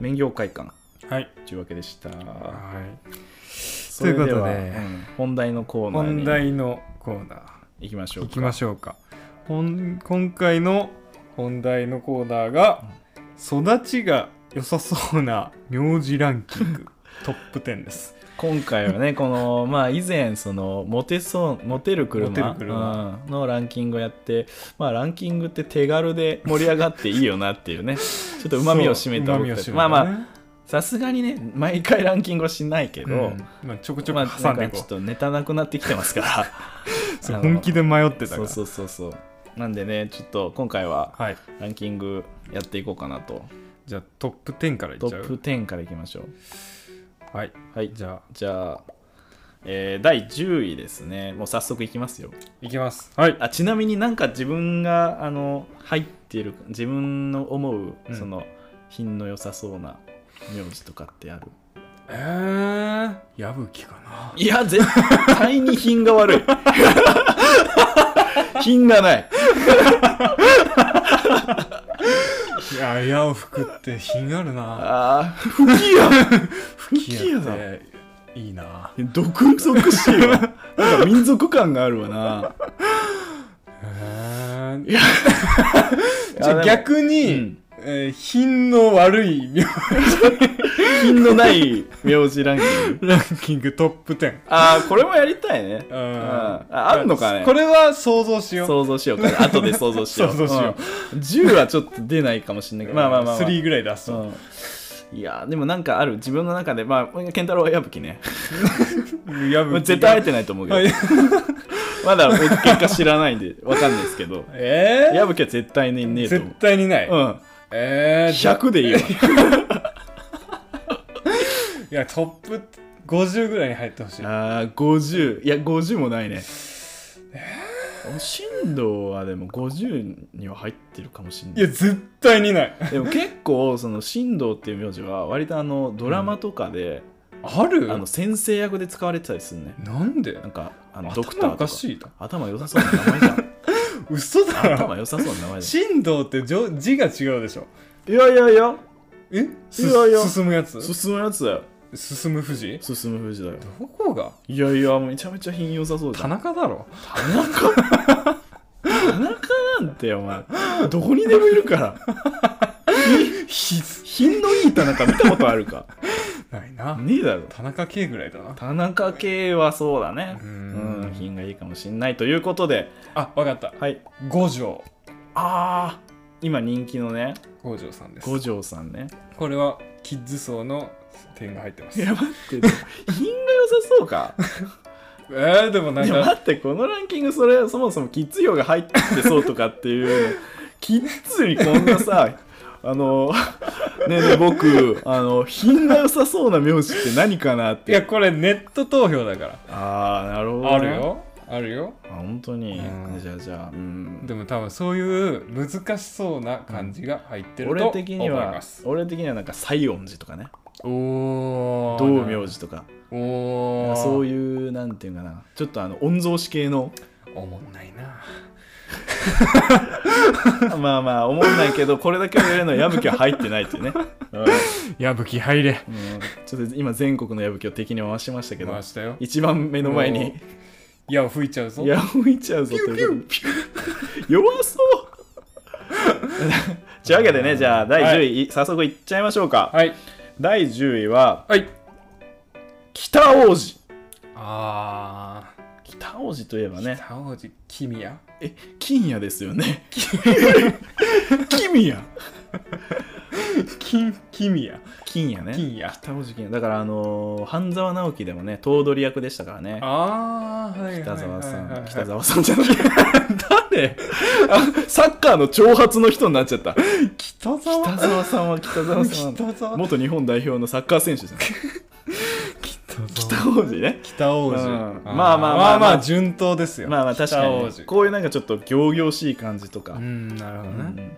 Speaker 1: 免業会館
Speaker 2: はい。
Speaker 1: というわけでした。
Speaker 2: はい。
Speaker 1: それは
Speaker 2: ということで
Speaker 1: ん本題のコーナ
Speaker 2: 本
Speaker 1: ーに
Speaker 2: 題のコーナー。
Speaker 1: 行きましょう
Speaker 2: 行
Speaker 1: か。
Speaker 2: きましょうか。ほん今回の本題のコーナーが、育ちが良さそうな名字ランキ ングトップ10です。
Speaker 1: 今回はねこの まあ以前そのモテそうモテる車
Speaker 2: モテる車
Speaker 1: うんのランキングをやってまあランキングって手軽で盛り上がっていいよなっていう ねちょっとうまみを占めた
Speaker 2: そう旨味
Speaker 1: 僕たち
Speaker 2: を占めたね
Speaker 1: まあまあさすがにね毎回ランキングはしないけど、
Speaker 2: うんまあ、ちょこちょ
Speaker 1: ま
Speaker 2: こ
Speaker 1: あ
Speaker 2: 挟んで
Speaker 1: ないんかちょ
Speaker 2: こ
Speaker 1: っ
Speaker 2: う。
Speaker 1: とネタなくなってきてますから
Speaker 2: そう
Speaker 1: あの
Speaker 2: 本気で迷ってたか
Speaker 1: そう
Speaker 2: ら。
Speaker 1: そうそうそうなんでねちょっと今回は
Speaker 2: はい。
Speaker 1: ランキングやっていこうかなと
Speaker 2: じゃあトップ10からいっ
Speaker 1: ト
Speaker 2: ちゃ
Speaker 1: ップ
Speaker 2: う。
Speaker 1: 10からいきましょう
Speaker 2: はい。
Speaker 1: はい
Speaker 2: じゃあ、
Speaker 1: じゃあ、えー第10位ですねもう早速いきますよ
Speaker 2: いきます。はい。
Speaker 1: あちなみになんか自分があの入ってる自分の思う、
Speaker 2: うん
Speaker 1: その品の良さそうな名字とかってある
Speaker 2: えー、矢吹かな。
Speaker 1: いや絶対に品が 悪い品がない
Speaker 2: いや、矢を吹くって品あるな。
Speaker 1: あー吹き矢吹き矢
Speaker 2: っ
Speaker 1: だ
Speaker 2: ていいな。
Speaker 1: 独属しいわなんか民族感があるわな
Speaker 2: えー、
Speaker 1: い
Speaker 2: じゃ
Speaker 1: や
Speaker 2: あ
Speaker 1: 逆
Speaker 2: 逆に、
Speaker 1: うん
Speaker 2: えー品の悪い名
Speaker 1: 品のない名字ランキング
Speaker 2: ランキングトップ10。
Speaker 1: ああこれもやりたいね
Speaker 2: うん
Speaker 1: ああるのかね
Speaker 2: これは想像しよう。
Speaker 1: 想像しようか後で想像しよう
Speaker 2: 想像しよ
Speaker 1: うん10はちょっと出ないかもしれないけどまあまあまあ、まあ
Speaker 2: 3ぐらい出すと。
Speaker 1: うんいやーでもなんかある自分の中でまあ健太郎は矢吹ね
Speaker 2: やぶ
Speaker 1: 絶対会えてないと思うけど
Speaker 2: はい
Speaker 1: まだ結果知らないんでわかんないですけど
Speaker 2: え
Speaker 1: 矢吹は絶対にね
Speaker 2: ー、
Speaker 1: えと思
Speaker 2: 絶対にない。
Speaker 1: う、うん、
Speaker 2: えー、じゃ
Speaker 1: 100でいいわ
Speaker 2: いや、トップ50ぐらいに入ってほしい。
Speaker 1: あー50いや50もないねお振動はでも50には入ってるかもしれな
Speaker 2: い
Speaker 1: い
Speaker 2: や、絶対にない。
Speaker 1: でも結構その振動っていう名字は割とあのドラマとかで、
Speaker 2: ある
Speaker 1: あの先生役で使われてたりするね
Speaker 2: なんで
Speaker 1: なんかあのドク
Speaker 2: 頭
Speaker 1: ター
Speaker 2: お
Speaker 1: と
Speaker 2: か
Speaker 1: か
Speaker 2: しいだ。
Speaker 1: 頭良さそうな名前じ ゃん
Speaker 2: 嘘だろ。
Speaker 1: 頭良さそうな名前じ
Speaker 2: 振動ってじょ字が違うでしょ。
Speaker 1: ゃんいやいやいや
Speaker 2: えす
Speaker 1: いやいや
Speaker 2: 進むやつ
Speaker 1: 進むやつだよ
Speaker 2: 進む富士
Speaker 1: 進む富士だよ
Speaker 2: どこが
Speaker 1: いやいやめちゃめちゃ品良さそうじゃ
Speaker 2: 田
Speaker 1: ん
Speaker 2: 中だろ
Speaker 1: 田中田中なんてお前どこにでもいるから
Speaker 2: ひ
Speaker 1: 品のいい田中見たことあるか
Speaker 2: ないな、
Speaker 1: ねえだろ
Speaker 2: 田中圭ぐらいだな
Speaker 1: 田中系はそうだね
Speaker 2: う
Speaker 1: うんん品がいいかもしんないということで
Speaker 2: あわかった
Speaker 1: はい
Speaker 2: 五条
Speaker 1: あああ今人気のね
Speaker 2: 五条さんです
Speaker 1: 五条さんね
Speaker 2: これはキッズ層の点が入ってます
Speaker 1: いや待って品が良さそうか
Speaker 2: えー、でもなん
Speaker 1: いや
Speaker 2: か
Speaker 1: 待ってこのランキングそれそもそもキッズ用が入ってそうとかっていうキッズにこんなさあのねえねえ僕あの品が良さそうな名字って何かな
Speaker 2: い
Speaker 1: って
Speaker 2: やこれネット投票だか
Speaker 1: ああなるほど、ね、
Speaker 2: らあるよあるよ
Speaker 1: あ本当に、
Speaker 2: うん
Speaker 1: じゃあじゃあうん
Speaker 2: でも多分そういう難しそうな感じが入ってると
Speaker 1: 俺
Speaker 2: 思
Speaker 1: 的
Speaker 2: い
Speaker 1: には
Speaker 2: ます、
Speaker 1: 俺的にはなんか西音寺とかね
Speaker 2: おお
Speaker 1: 道明寺とか
Speaker 2: おお
Speaker 1: そう
Speaker 2: いう
Speaker 1: いうなんていうかなちょっとあの御曹司系の
Speaker 2: おもんないな
Speaker 1: まあまあ思わないけどこれだけを入れるのは矢吹は入ってないって いうね、うん
Speaker 2: 矢吹入れ
Speaker 1: うんちょっと今全国の矢吹を敵に回しましたけど
Speaker 2: 回したよ
Speaker 1: 一番目の前に
Speaker 2: 矢を吹いちゃうぞ
Speaker 1: 矢吹いちゃうぞということで 弱そうというわけでねじゃあ第10位、早速いっちゃいましょうか、
Speaker 2: はい
Speaker 1: 第10位は
Speaker 2: はい
Speaker 1: 北王子
Speaker 2: ああ
Speaker 1: 北王子といえばね
Speaker 2: 北王子君や
Speaker 1: え金也ですよね金也
Speaker 2: 金君や
Speaker 1: 金也ね
Speaker 2: 金や
Speaker 1: 北王子金也だからあのー半沢直樹でもね頭取役でしたからね
Speaker 2: ああはいはい
Speaker 1: 北沢さ
Speaker 2: はいはいは
Speaker 1: ん
Speaker 2: い
Speaker 1: 北沢さんじゃない誰あサッカーの挑発の人になっちゃった
Speaker 2: 北
Speaker 1: 北
Speaker 2: 沢
Speaker 1: 沢さんは北沢さんなんだ
Speaker 2: 北沢
Speaker 1: 元日本代表のサッカー選手じゃん
Speaker 2: 北
Speaker 1: 北王子ね
Speaker 2: 北王子
Speaker 1: うん
Speaker 2: ー
Speaker 1: まあまあまあ
Speaker 2: まあま
Speaker 1: まあ
Speaker 2: あ順当ですよ
Speaker 1: まあまあ確か
Speaker 2: 北
Speaker 1: に
Speaker 2: 王
Speaker 1: ね、
Speaker 2: 子
Speaker 1: こういうなんかちょっと仰々しい感じとか、
Speaker 2: うんなるほど
Speaker 1: うんう
Speaker 2: ね
Speaker 1: ん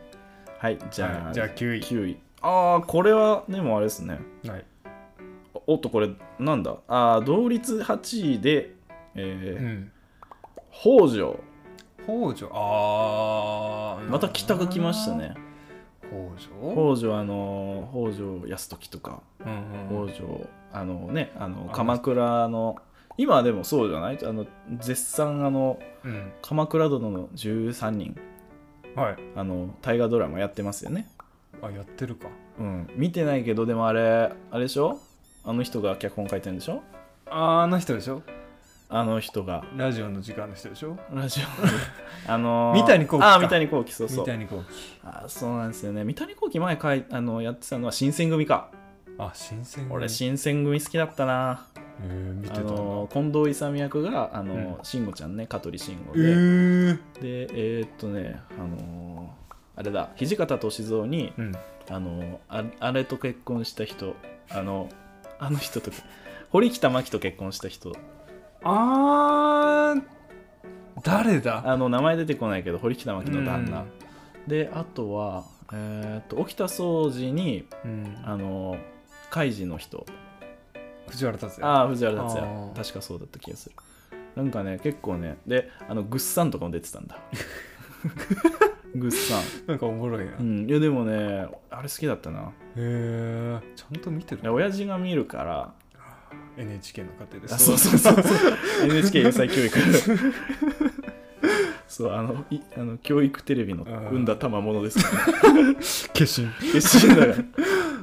Speaker 1: はいじゃあ、
Speaker 2: はいじゃあ9位
Speaker 1: 9位ああこれはでもあれですね
Speaker 2: はい
Speaker 1: おおっとこれなんだあー同率8位で、え
Speaker 2: う
Speaker 1: ー
Speaker 2: ん
Speaker 1: 北条
Speaker 2: 北条ああ
Speaker 1: また北が来ましたね
Speaker 2: 北条
Speaker 1: 北条あのー北条泰時とか
Speaker 2: うんうん
Speaker 1: 北条あのねあの鎌倉の今はでもそうじゃないあの絶賛あの
Speaker 2: うん
Speaker 1: 鎌倉殿の13人
Speaker 2: はい
Speaker 1: あの大河ドラマやってますよね
Speaker 2: あやってるか
Speaker 1: うん見てないけどでもあれあれでしょあの人が脚本書いてるんでしょ
Speaker 2: あーあの人でしょ
Speaker 1: あの人が
Speaker 2: ラジオの時間の人でしょ
Speaker 1: ラジオ あのー、
Speaker 2: 三谷幸喜か
Speaker 1: あ三谷幸喜そうそ
Speaker 2: 三
Speaker 1: う
Speaker 2: 谷幸喜
Speaker 1: あそうなんですよね三谷幸喜前かいあのやってたのは新選組か、
Speaker 2: あ新選組
Speaker 1: 俺
Speaker 2: へ
Speaker 1: 新選組好きだったな
Speaker 2: え見て
Speaker 1: あ
Speaker 2: たんだ
Speaker 1: のー近藤勇役があのー
Speaker 2: う
Speaker 1: 慎吾ちゃんね香取慎吾
Speaker 2: え
Speaker 1: で、
Speaker 2: ー
Speaker 1: でえーっとねあのーあれだ土方歳三に
Speaker 2: うん
Speaker 1: あのああれと結婚した人あのあの人と堀北真希と結婚した人
Speaker 2: あー誰だ
Speaker 1: あの名前出てこないけど堀北真希の旦那、
Speaker 2: うん
Speaker 1: であとは、えーっと沖田総司に
Speaker 2: うん
Speaker 1: あの海事の人
Speaker 2: 藤原達也
Speaker 1: ああ藤原達
Speaker 2: あ
Speaker 1: 也
Speaker 2: ー
Speaker 1: 確かそうだった気がするなんかね結構ねであのぐっさんとかも出てた んだぐっさ
Speaker 2: なんかおもろいな、
Speaker 1: ん、う
Speaker 2: へ
Speaker 1: ん、いやでもねあれ好きだったな
Speaker 2: えちゃんと見て
Speaker 1: で
Speaker 2: る
Speaker 1: 親父が見るから
Speaker 2: NHK の家庭です
Speaker 1: あそうそう そうそう NHK 英才教育そうあのいあの教育テレビの
Speaker 2: ー
Speaker 1: 産んだ賜物です から
Speaker 2: 化身
Speaker 1: 決心だから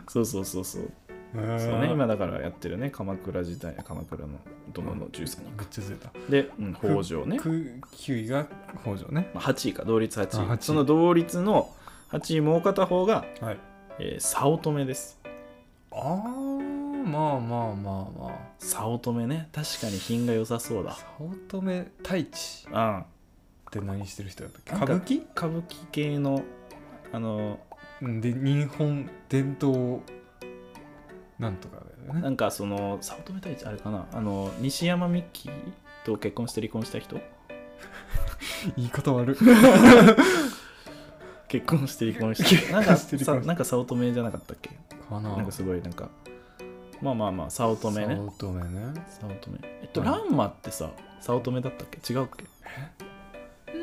Speaker 1: そうそうそうそうそう、ね、
Speaker 2: 今
Speaker 1: 今だからやってるね鎌倉時代鎌倉の殿の13人、
Speaker 2: めっちゃずれた
Speaker 1: で、うん、北条ね、
Speaker 2: く9位が北条ね
Speaker 1: まあ、8位か同率8位
Speaker 2: あ8位
Speaker 1: その同率の8位もう片方が、
Speaker 2: はい
Speaker 1: えー、早乙女です
Speaker 2: あーまあまあまあまあ
Speaker 1: 早乙女ね確かに品が良さそうだ
Speaker 2: 早乙女太一
Speaker 1: うんな
Speaker 2: って
Speaker 1: ん
Speaker 2: 何してる人だったっけ
Speaker 1: か
Speaker 2: 歌舞伎
Speaker 1: 歌舞伎系のあの
Speaker 2: うんで日本伝統なんとかだよ
Speaker 1: な
Speaker 2: ね
Speaker 1: んかその早乙女太一あれかなあの西山美希と結婚して離婚した人
Speaker 2: 言い方 悪い
Speaker 1: 結婚して離婚したなんか
Speaker 2: 結婚して離
Speaker 1: さ
Speaker 2: 婚した
Speaker 1: なんか早乙女じゃなかったっけ
Speaker 2: かな
Speaker 1: なんかすごいなんかまあまあまあ早乙女ね
Speaker 2: 早乙女ね
Speaker 1: 早乙女えっと、
Speaker 2: うん
Speaker 1: ランマってさ早乙女だったっけ違うっけ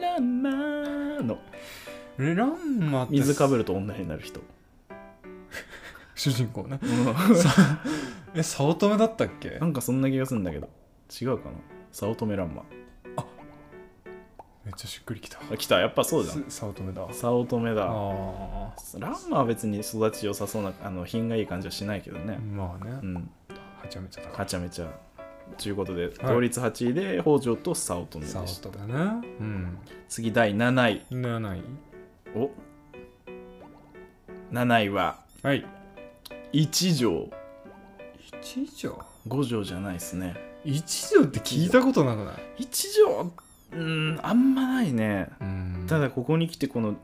Speaker 1: ランマーの
Speaker 2: レランマって
Speaker 1: 水かぶると女になる人
Speaker 2: 主人公ね
Speaker 1: さ
Speaker 2: え早乙女だったっけ
Speaker 1: なんかそんな気がするんだけど違うかな早乙女ランマ
Speaker 2: めっちゃしっくりきた
Speaker 1: あ来たやっぱそうじゃん
Speaker 2: す早乙女だ
Speaker 1: 早乙女
Speaker 2: あ
Speaker 1: だ
Speaker 2: あ
Speaker 1: ランマは別に育ち良さそうなあの品がいい感じはしないけどね
Speaker 2: まあね、
Speaker 1: うん
Speaker 2: はちゃめちゃ高
Speaker 1: は
Speaker 2: っ
Speaker 1: ちゃめちゃということで
Speaker 2: い
Speaker 1: 同率8位で北条と早乙女
Speaker 2: サ
Speaker 1: で
Speaker 2: ウ
Speaker 1: した
Speaker 2: トだねうん
Speaker 1: 次第7位
Speaker 2: 7位
Speaker 1: お7位は
Speaker 2: はい
Speaker 1: 一条
Speaker 2: 一条
Speaker 1: 五条じゃないですね
Speaker 2: 一条って聞いたことなくない
Speaker 1: 一条うんあんまないね
Speaker 2: うん
Speaker 1: ただここに来てこの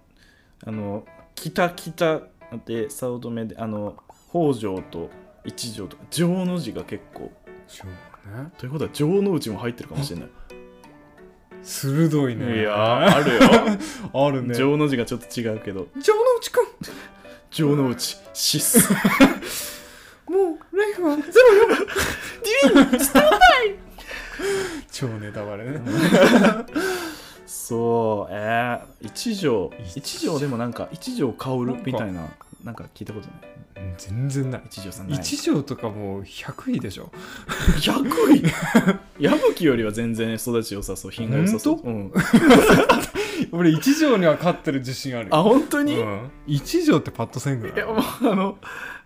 Speaker 1: あの北北で早乙女であの北条と一条とか城の字が結構
Speaker 2: そうね
Speaker 1: ということは城の内も入ってるかもしれない
Speaker 2: 鋭いね
Speaker 1: いやーある よ
Speaker 2: あるね
Speaker 1: 城の字がちょっと違うけど
Speaker 2: 城之内くん
Speaker 1: 城の内シスデ
Speaker 2: もうライフはゼロよ超ネタバレね
Speaker 1: そうえー、一条
Speaker 2: 一
Speaker 1: 一
Speaker 2: 条
Speaker 1: 条でもなんか一条薫みたいななんか聞いたことない
Speaker 2: うん全然ない
Speaker 1: 一条さんない
Speaker 2: 一条とかもう100位でしょ
Speaker 1: 100位 矢吹よりは全然育ち良さそう品が良さそう、うん、
Speaker 2: 俺一条には勝ってる自信あるよ
Speaker 1: あ本当に、
Speaker 2: うん一条ってパッとせんぐ
Speaker 1: いや
Speaker 2: ら
Speaker 1: もうあの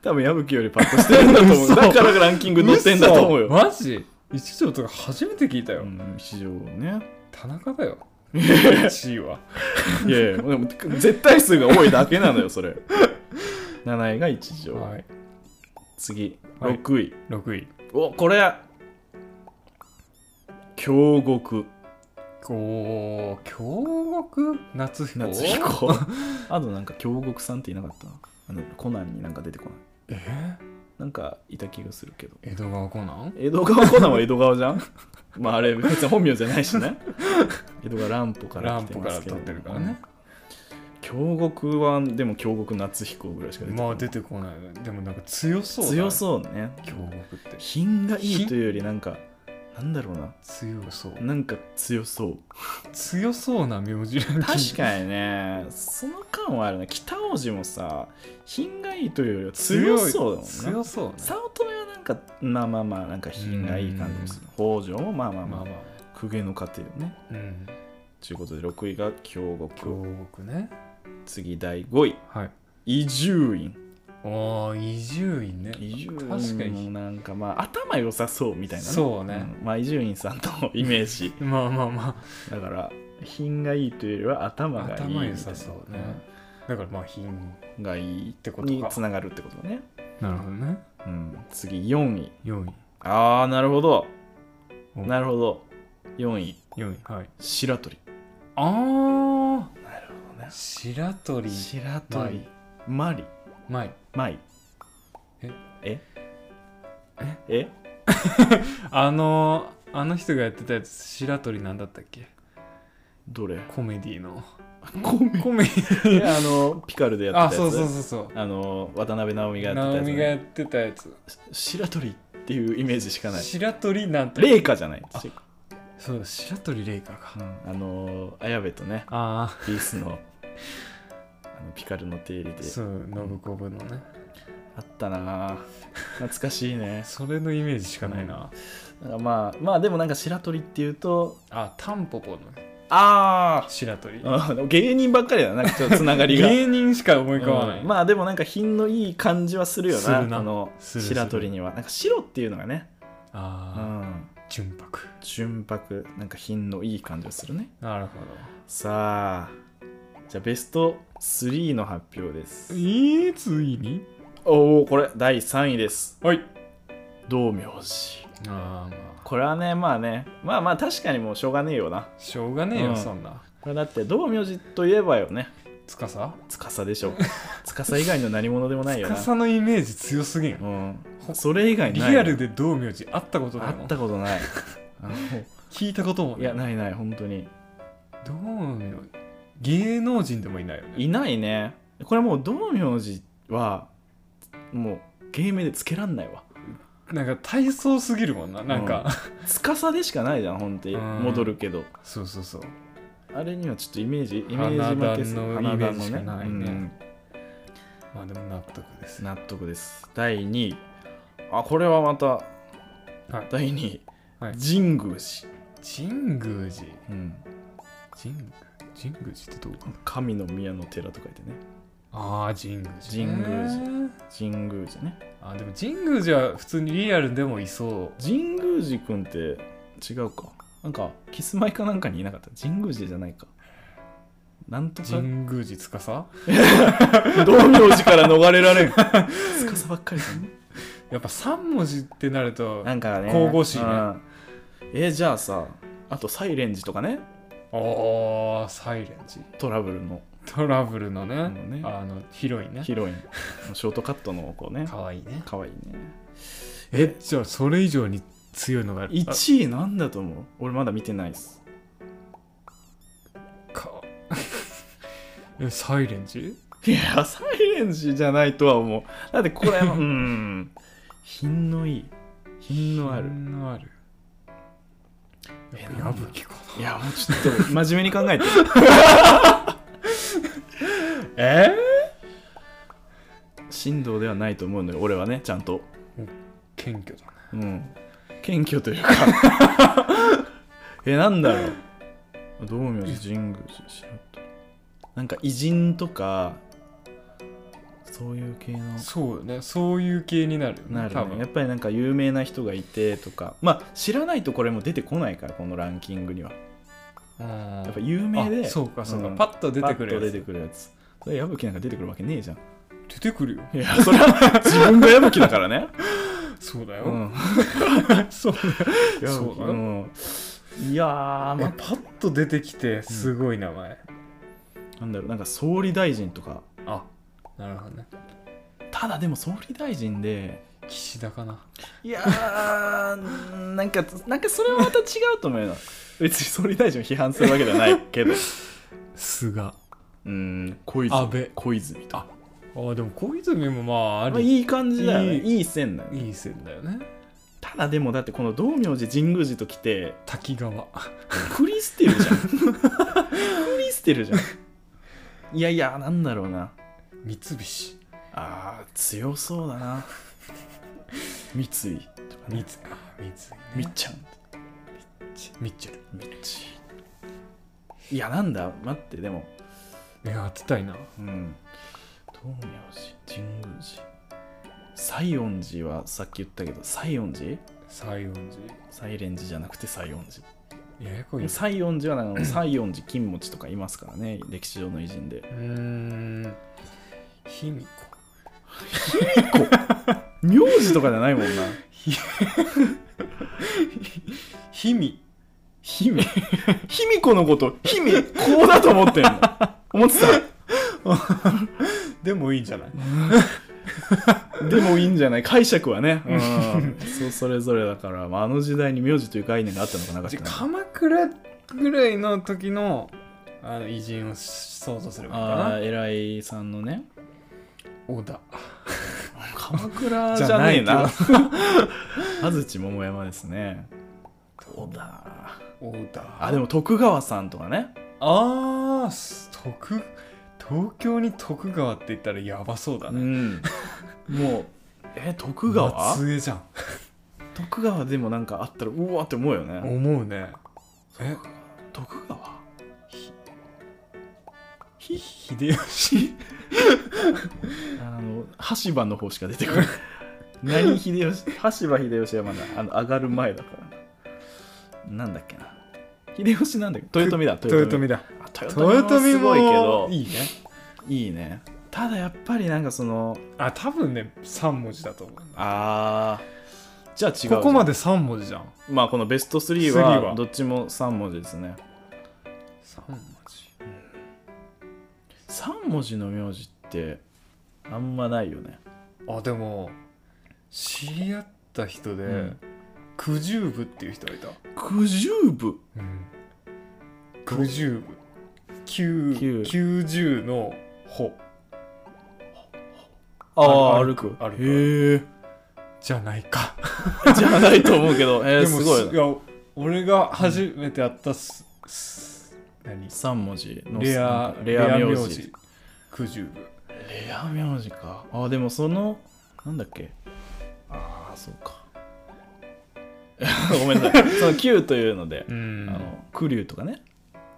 Speaker 1: 多分矢吹よりパッとしてるんだと 思う
Speaker 2: 嘘
Speaker 1: だからランキング載ってんだと思うよ、
Speaker 2: マジ一条とか初めて聞いたよ、
Speaker 1: うん、市場ね
Speaker 2: 田中だよ1位は
Speaker 1: いやいやでも絶対数が多いだけなのよそ れ7位が一条、
Speaker 2: はい
Speaker 1: 次
Speaker 2: はい
Speaker 1: 6位、
Speaker 2: 6位
Speaker 1: おこれ京極
Speaker 2: おー京極夏彦
Speaker 1: 夏彦 あとなんか京極さんっていなかったあのコナンになんか出てこない
Speaker 2: え
Speaker 1: なんかいた気がするけど
Speaker 2: 江戸川コナン
Speaker 1: 江戸川コナンは江戸川じゃん まああれ別に本名じゃないし ね江戸川乱歩から
Speaker 2: ラ
Speaker 1: 来
Speaker 2: ン
Speaker 1: て
Speaker 2: プ
Speaker 1: ま
Speaker 2: から
Speaker 1: すけ
Speaker 2: 撮
Speaker 1: ど
Speaker 2: ってるからね
Speaker 1: 京極はでも京極夏彦ぐらいしか出てこ
Speaker 2: ま
Speaker 1: な
Speaker 2: あ
Speaker 1: い、
Speaker 2: 出てこないねでもなんか強そうだね
Speaker 1: 強そうね
Speaker 2: 京極って
Speaker 1: 品がいいというよりなんかなんだろうな
Speaker 2: 強そう
Speaker 1: なんか強そう
Speaker 2: 強そうな名字ラン キング
Speaker 1: 確かにねその感はあるね北王子もさ品がいいというよりは強そうだもんね
Speaker 2: 強そうね
Speaker 1: 早乙女はなんかまあまあまあなんか品がいい感じもする北条もまあまあま
Speaker 2: まあ
Speaker 1: あ、
Speaker 2: まあ
Speaker 1: 公家の家庭ね
Speaker 2: うん
Speaker 1: ということで6位が京極
Speaker 2: 京極ね
Speaker 1: 次第5位
Speaker 2: はい
Speaker 1: 伊集院
Speaker 2: おー伊集院ね
Speaker 1: 伊集
Speaker 2: 確か
Speaker 1: 院
Speaker 2: に
Speaker 1: もなんかまあ頭良さそうみたいなね、
Speaker 2: そうね
Speaker 1: うんまあ伊集院さんとのイメージ
Speaker 2: まあまあま
Speaker 1: だから品がいいというよりは頭
Speaker 2: あ
Speaker 1: がいい
Speaker 2: 頭良さそうねだからまあ品
Speaker 1: うんがいいって
Speaker 2: ことか
Speaker 1: につながるってことね、
Speaker 2: なるほどね
Speaker 1: うん、次4位
Speaker 2: 4位
Speaker 1: ああなるほど
Speaker 2: お
Speaker 1: なるほど4位
Speaker 2: 4位はい
Speaker 1: 白鳥
Speaker 2: あ
Speaker 1: なるほど
Speaker 2: あ白鳥
Speaker 1: 白鳥マリ
Speaker 2: 舞
Speaker 1: マイ
Speaker 2: え
Speaker 1: ええ
Speaker 2: あのあの人がやってたやつ白鳥なんだったっけ
Speaker 1: どれ
Speaker 2: コメディの
Speaker 1: コメ
Speaker 2: コメディ
Speaker 1: あのピカルでや
Speaker 2: あ
Speaker 1: ってた
Speaker 2: そ
Speaker 1: や
Speaker 2: うそ
Speaker 1: つ
Speaker 2: うそうそう
Speaker 1: あの渡辺直美がやって
Speaker 2: 直
Speaker 1: た
Speaker 2: 美が
Speaker 1: や
Speaker 2: やってたやつ
Speaker 1: つ、ね、白鳥っていうイメージしかない
Speaker 2: 白鳥なんて
Speaker 1: 麗華じゃない
Speaker 2: あそうだ白鳥麗華
Speaker 1: う
Speaker 2: か
Speaker 1: んあの綾部とね
Speaker 2: あ
Speaker 1: ピースのあのピカルの定理で
Speaker 2: あそう信子部のね
Speaker 1: あったなあ懐かしいね
Speaker 2: それのイメージしかないな
Speaker 1: なんかまあまあでもなんか白鳥っていうと
Speaker 2: あタンポポの
Speaker 1: あ
Speaker 2: 白鳥
Speaker 1: あ芸人ばっかりだななんかちょっとつながり が
Speaker 2: 芸人しか思い浮かばない、
Speaker 1: うんまあでもなんか品のいい感じはするよ
Speaker 2: す
Speaker 1: な
Speaker 2: るな
Speaker 1: あの
Speaker 2: するする
Speaker 1: 白鳥にはなんか白っていうのがね、う
Speaker 2: ああ、
Speaker 1: ん、
Speaker 2: 純白
Speaker 1: 純白なんか品のいい感じがするね
Speaker 2: なるほ
Speaker 1: さあじゃあベスト3の発表です
Speaker 2: えー、ついに
Speaker 1: おおこれ第3位です
Speaker 2: はい
Speaker 1: 道明寺
Speaker 2: ああまあ
Speaker 1: これはねまあねまあまあ確かにもうしょうがねえよな
Speaker 2: しょうがねえよ、
Speaker 1: うん
Speaker 2: そんな
Speaker 1: これだって道明寺といえばよね
Speaker 2: 司
Speaker 1: 司でしょ司以外の何者でもないよな
Speaker 2: 司のイメージ強すぎん
Speaker 1: うんそれ以外
Speaker 2: リ
Speaker 1: ない
Speaker 2: アルで道明寺会ったことな
Speaker 1: 会
Speaker 2: いもん
Speaker 1: ったこ とないあの
Speaker 2: 聞いたことも
Speaker 1: いやないない本当に
Speaker 2: 道明芸能人でもいないよね
Speaker 1: いないねこれもう道明寺はもう芸名でつけらんないわ
Speaker 2: なんか体操すぎるもんななんか、
Speaker 1: 司でしかないじゃん本当に
Speaker 2: うん
Speaker 1: 戻るけど
Speaker 2: そうそうそう
Speaker 1: あれにはちょっとイメージイメージ負けする
Speaker 2: 花壇のイ
Speaker 1: 花壇
Speaker 2: メージしかないね
Speaker 1: うん
Speaker 2: まあでも納得ですね
Speaker 1: 納得です第2位あこれはまた、
Speaker 2: はい
Speaker 1: 第2位、
Speaker 2: はい
Speaker 1: 神宮寺、
Speaker 2: 神宮寺
Speaker 1: うん
Speaker 2: 神宮神宮寺ってどうかな
Speaker 1: 神の宮の寺と書いてね
Speaker 2: ああ神宮寺
Speaker 1: 神宮寺
Speaker 2: ね
Speaker 1: 神宮寺ね
Speaker 2: あーでも神宮寺は普通にリアルでもいそう
Speaker 1: 神宮寺くんって違うかなんかキスマイかなんかにいなかった神宮寺じゃないかなんとか
Speaker 2: 神宮寺司
Speaker 1: 道明寺から逃れられん 司ばっかりだね
Speaker 2: やっぱ3文字ってなると
Speaker 1: なんかね
Speaker 2: 神々しいね
Speaker 1: うんえじゃあさあとサイレンジとかね
Speaker 2: おーサイレンジ
Speaker 1: トラブルの
Speaker 2: トラブルのね
Speaker 1: のね
Speaker 2: あのヒロインね
Speaker 1: ヒロインショートカットの子ね
Speaker 2: かわいいね
Speaker 1: かわいいね
Speaker 2: えじゃあそれ以上に強いのがあるあ
Speaker 1: 1位なんだと思う俺まだ見てないっす
Speaker 2: か えサイレンジ
Speaker 1: いやサイレンジじゃないとは思うだってこれもうん 品のいい品のある
Speaker 2: 品のある
Speaker 1: え
Speaker 2: 矢吹か
Speaker 1: いやもうちょっと真面目に考えて
Speaker 2: な え
Speaker 1: 振動ではないと思うのよ俺はねちゃんと
Speaker 2: 謙虚だね
Speaker 1: うん謙虚というか えなんだろう道明寺神宮寺知らんとなんか偉人とかそういう系の
Speaker 2: そうよねそういう系になるよね
Speaker 1: なる
Speaker 2: 多
Speaker 1: ね、やっ
Speaker 2: 分
Speaker 1: ぱりなんか有名な人がいてとかまあ知らないとこれも出てこないからこのランキングには
Speaker 2: や
Speaker 1: やっぱ有名で
Speaker 2: あそうかそうか、
Speaker 1: ん
Speaker 2: パッと出てくる
Speaker 1: パ
Speaker 2: や
Speaker 1: ッと
Speaker 2: つ
Speaker 1: 出てくるやつそれ矢吹なんか出てくるわけねえじゃん
Speaker 2: 出てくるよ
Speaker 1: いやそれは自分が矢吹だからね
Speaker 2: そうだよ、
Speaker 1: うん
Speaker 2: そうだよ
Speaker 1: 矢吹
Speaker 2: そうだよ
Speaker 1: んいやー、ま
Speaker 2: まあ
Speaker 1: あ、
Speaker 2: パッと出てきてすごい名前、
Speaker 1: なんだろうなんか総理大臣とか
Speaker 2: あなるほどね
Speaker 1: ただでも総理大臣で
Speaker 2: 岸田かない
Speaker 1: やー なんかなんかそれはまた違うと思うよ 別に総理大臣を批判するわけではないけど
Speaker 2: 菅
Speaker 1: うん小泉
Speaker 2: 安倍
Speaker 1: 小泉とか
Speaker 2: あでも小泉もまああ
Speaker 1: まあ、
Speaker 2: る
Speaker 1: いい感じだよね
Speaker 2: い
Speaker 1: い
Speaker 2: い
Speaker 1: い線だよね
Speaker 2: いい線だよね
Speaker 1: ただでもだってこの道明寺神宮寺と来て
Speaker 2: 滝川
Speaker 1: クリステルじゃんクリステルじゃんいやいやなんだろうな
Speaker 2: 三菱
Speaker 1: あー強そうだな三井とか
Speaker 2: 三
Speaker 1: ね
Speaker 2: 井あ三井ね
Speaker 1: みっちゃん
Speaker 2: ミッチェル
Speaker 1: みっちいやなんだ待ってでも
Speaker 2: いや当てたいな
Speaker 1: うん道明寺神宮寺西園寺はさっき言ったけど西園寺
Speaker 2: 西園
Speaker 1: サイレン寺じゃなくて西園寺
Speaker 2: 寺ややこいいう
Speaker 1: 西園寺はあの西園寺金持ちとかいますからね歴史上の偉人で
Speaker 2: ーん卑弥
Speaker 1: 名字とかじゃないもんな
Speaker 2: 呼卑弥
Speaker 1: 姫卑弥呼のこと姫こうだと思ってんの思って
Speaker 2: でもいいんじゃない
Speaker 1: たでもいいんじゃない解釈はねうん そうそれぞれだから、まあ、あの時代に名字という概念があったのかなかっ
Speaker 2: じゃ
Speaker 1: た
Speaker 2: あ
Speaker 1: のか
Speaker 2: 鎌倉ぐらいの時のあの偉人を想像すればいい
Speaker 1: ああ
Speaker 2: かな
Speaker 1: 偉いさんのね
Speaker 2: 織田
Speaker 1: 鎌倉
Speaker 2: じ
Speaker 1: じ
Speaker 2: ゃ
Speaker 1: ゃ
Speaker 2: な
Speaker 1: ね
Speaker 2: い
Speaker 1: え
Speaker 2: けど
Speaker 1: な 安土桃山ですねどうだ
Speaker 2: 織田
Speaker 1: あでも徳川さんとかね
Speaker 2: あーす徳東京に徳川って言ったらやばそうだ
Speaker 1: う
Speaker 2: ね、
Speaker 1: んもうえ徳川
Speaker 2: 松江じゃん
Speaker 1: 徳川でもなんかあったらうわって思うよね
Speaker 2: 思うねえ
Speaker 1: 徳川
Speaker 2: ひ秀吉
Speaker 1: あの羽柴の方しか出てこない 何秀吉羽柴秀吉はまだあの上がる前だからなんだっけな秀吉なんだっけ 豊臣だ
Speaker 2: 豊臣だ
Speaker 1: あ豊
Speaker 2: 豊
Speaker 1: 臣も
Speaker 2: 臣
Speaker 1: す
Speaker 2: も
Speaker 1: ごいけど
Speaker 2: いいね
Speaker 1: いいねただやっぱりなんかその
Speaker 2: あ多分ね3文字だと思う
Speaker 1: あーじゃあ違うじゃん
Speaker 2: ここまで3文字じゃん
Speaker 1: まあこのベスト3
Speaker 2: 3は
Speaker 1: はどっちも3文字ですね
Speaker 2: 3文字
Speaker 1: 3文字の名字ってあんまないよね
Speaker 2: あでも知り合った人で、
Speaker 1: うん
Speaker 2: 九十部っていう人がいた、
Speaker 1: 九十部
Speaker 2: 九十部九
Speaker 1: 九
Speaker 2: 九十の歩
Speaker 1: ああ
Speaker 2: 歩
Speaker 1: 歩
Speaker 2: く
Speaker 1: く
Speaker 2: 歩く
Speaker 1: へえ
Speaker 2: じゃないか
Speaker 1: じゃないと思うけど、えー、すごいな。
Speaker 2: や俺が初めて会ったす、す何
Speaker 1: 3文字の
Speaker 2: レ
Speaker 1: な
Speaker 2: ア
Speaker 1: んかレア名字。
Speaker 2: 九十部
Speaker 1: レア名字か。あ、でもその、なんだっけ。ああ、そうか。 ごめんなさい。その Q というので、
Speaker 2: うん
Speaker 1: あの、クリュウとかね。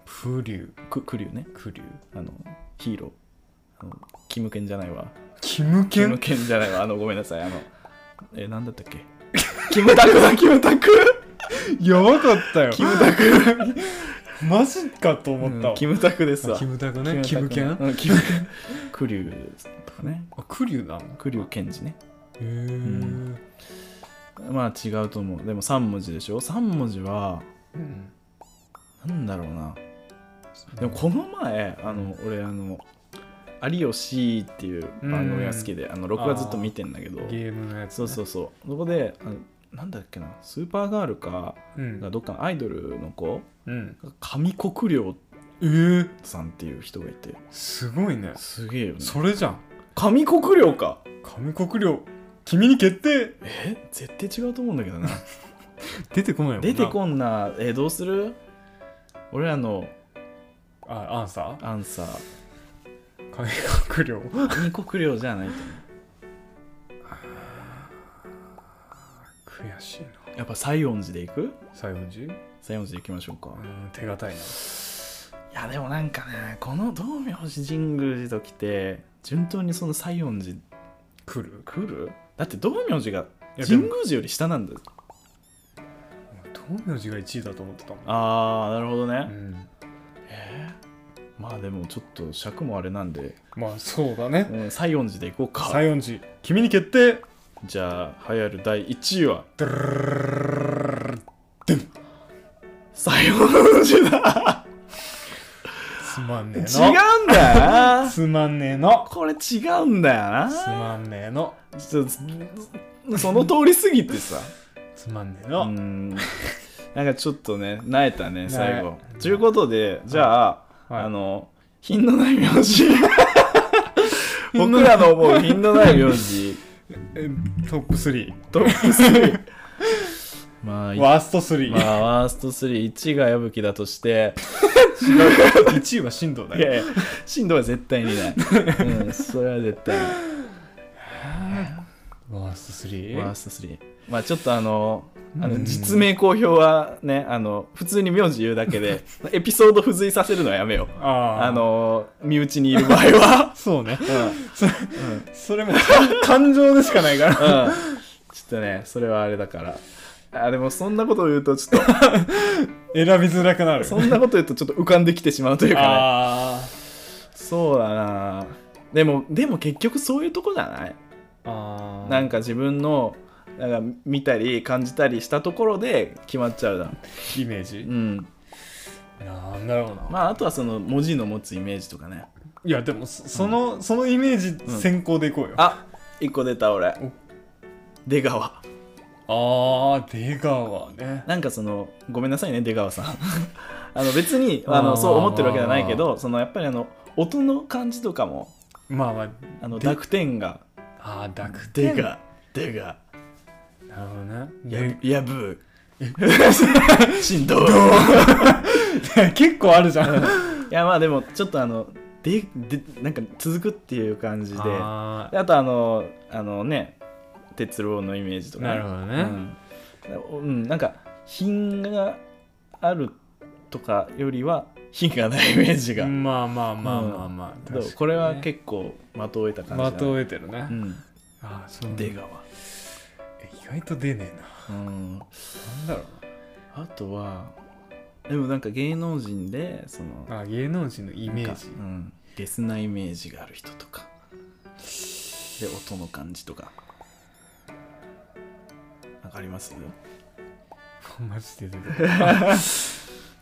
Speaker 2: プリュ
Speaker 1: ククリュウね。
Speaker 2: クリュ
Speaker 1: あの、ヒーロー。あのキムケンじゃないわ。
Speaker 2: キム
Speaker 1: キ
Speaker 2: ケ
Speaker 1: ム
Speaker 2: ン
Speaker 1: ケンじゃないわ。あの、ごめんなさい。あの、えー、なんだったっ け。キムタクだ、キムタク
Speaker 2: やばかったよ
Speaker 1: キムタク
Speaker 2: マジかと思ったわ、
Speaker 1: キムタクです
Speaker 2: あ
Speaker 1: わ
Speaker 2: キムタクねキムキャン
Speaker 1: ンキムキャンクリュウとかね
Speaker 2: あクリュウなのへ
Speaker 1: クリュウケンジね
Speaker 2: え、
Speaker 1: んまあ違うと思うでも3文字でしょ3文字は
Speaker 2: うん
Speaker 1: なんだろうなでもこの前あの俺あの「有吉」っていう番組が好きで、あの録画ずっと見てんだけど
Speaker 2: ゲームのやつ、ね、
Speaker 1: そうそうそうそこであのなんだっけなスーパーガールか
Speaker 2: うん
Speaker 1: どっかのアイドルの子
Speaker 2: うん
Speaker 1: 上国良
Speaker 2: えー、
Speaker 1: さんっていう人がいて
Speaker 2: すごいね
Speaker 1: すげえよね
Speaker 2: それじゃん
Speaker 1: 上国良か
Speaker 2: 上国領君に決定
Speaker 1: え絶対違うと思うんだけどな
Speaker 2: 出てこないもんな
Speaker 1: 出てこんなえどうする俺らの
Speaker 2: あアンサ
Speaker 1: アンサ
Speaker 2: ー
Speaker 1: ー
Speaker 2: 上国領
Speaker 1: 上国良じゃないと思
Speaker 2: 悔しいう
Speaker 1: やっぱ西園寺でいく
Speaker 2: な西園寺
Speaker 1: 西園寺でいきましょうか
Speaker 2: うん手堅いない
Speaker 1: やでもなんかねこの道明寺神宮寺と来て順当にその西園寺
Speaker 2: 来る
Speaker 1: 来るだって道明寺が
Speaker 2: いやで
Speaker 1: 神
Speaker 2: も
Speaker 1: 宮寺より下なんだよ
Speaker 2: 東明寺が1位だと思ってたもん
Speaker 1: ああなるほどね、
Speaker 2: うん
Speaker 1: えーまあでもちょっと尺もあれなんで、
Speaker 2: まあそうだね
Speaker 1: うん、西園寺でいこうか
Speaker 2: 西園寺君に決定
Speaker 1: じゃあ流行る第1位は
Speaker 2: ドゥルルルルルル
Speaker 1: 西園寺だ
Speaker 2: つまんねえ
Speaker 1: 違
Speaker 2: の
Speaker 1: うんだよな
Speaker 2: つまんねえの
Speaker 1: これ違うんだよ
Speaker 2: つ
Speaker 1: な
Speaker 2: まんねえの
Speaker 1: ちょっとその通り過ぎてさ
Speaker 2: つまんねえ
Speaker 1: う
Speaker 2: の、
Speaker 1: んなんかちょっとねなえたね最後
Speaker 2: ねえ
Speaker 1: ということでじゃあ、
Speaker 2: はい
Speaker 1: あの品のない名字僕らの思う 品のない名字
Speaker 2: えトップ3
Speaker 1: トップ3 まあ一
Speaker 2: ワースト3、
Speaker 1: まあ、ワースト3、1が矢吹だとして、
Speaker 2: 1位は神道だ
Speaker 1: い
Speaker 2: よ
Speaker 1: やいや、進藤は絶対にない。 うん、それは絶対に
Speaker 2: ワースト
Speaker 1: ない。ワー
Speaker 2: 3?
Speaker 1: スト3。まあ、ちょっとあの、あ
Speaker 2: う
Speaker 1: の
Speaker 2: ん
Speaker 1: 実名公表はね、あの、普通に名字言うだけ で、エピソード付随させるのはやめよう。
Speaker 2: ああ
Speaker 1: あの、身内にいる場合は。
Speaker 2: そうね
Speaker 1: うん。うん。
Speaker 2: それそれも感 感情でしかないから
Speaker 1: ちょっとね、それはあれだから。あでもそんなことを言うとちょっ
Speaker 2: 選びづらくなる
Speaker 1: と そんなこと言うとちょっと浮かんできてしまうというかね
Speaker 2: あ
Speaker 1: そうだなでもでも結局そういうとこじゃない
Speaker 2: ーあー
Speaker 1: なんか自分のなんか見たり感じたりしたところで決まっちゃうだ
Speaker 2: イメージ
Speaker 1: うん
Speaker 2: なんだろうな、
Speaker 1: まああとはその文字の持つイメージとかね
Speaker 2: いやでもそその、そのイメージ
Speaker 1: ん
Speaker 2: 先行でいこうよ、あ
Speaker 1: あ一個出た俺
Speaker 2: お
Speaker 1: 出川
Speaker 2: あー出川ね
Speaker 1: なんかそのごめんなさいね出川さん あの別にあ
Speaker 2: あ
Speaker 1: の
Speaker 2: ー
Speaker 1: そう思ってるわけじゃないけどそのやっぱりあの音の感じとかも
Speaker 2: まあまあ
Speaker 1: あの
Speaker 2: で
Speaker 1: 濁点が
Speaker 2: ああ濁
Speaker 1: 「出
Speaker 2: 点
Speaker 1: が出が
Speaker 2: なるほどね
Speaker 1: や
Speaker 2: ね
Speaker 1: やぶ」 しんどい
Speaker 2: 結構あるじゃん
Speaker 1: いやまあでもちょっとあのででなんか続くっていう感じであ
Speaker 2: あ
Speaker 1: あとあのあのね哲郎のイメージと
Speaker 2: ー
Speaker 1: か、ね、
Speaker 2: なるほどね、
Speaker 1: うん、うん、なんか品があるとかよりは品がないイメージが、
Speaker 2: まあまあまあまあまあ、確か
Speaker 1: どう
Speaker 2: にね
Speaker 1: これは結構的を得た
Speaker 2: 的を
Speaker 1: 感じだね
Speaker 2: 得てるね、
Speaker 1: うん
Speaker 2: ああそう
Speaker 1: 出川、
Speaker 2: え意外と出ねえな
Speaker 1: うん、
Speaker 2: なんだろ
Speaker 1: あとはでもなんか芸能人でその
Speaker 2: うなあ芸能人のイメ
Speaker 1: な
Speaker 2: ー
Speaker 1: んか
Speaker 2: ジ
Speaker 1: うん、ゲスなイメージがある人とかで音の感じとかなんかあります
Speaker 2: マジで出て る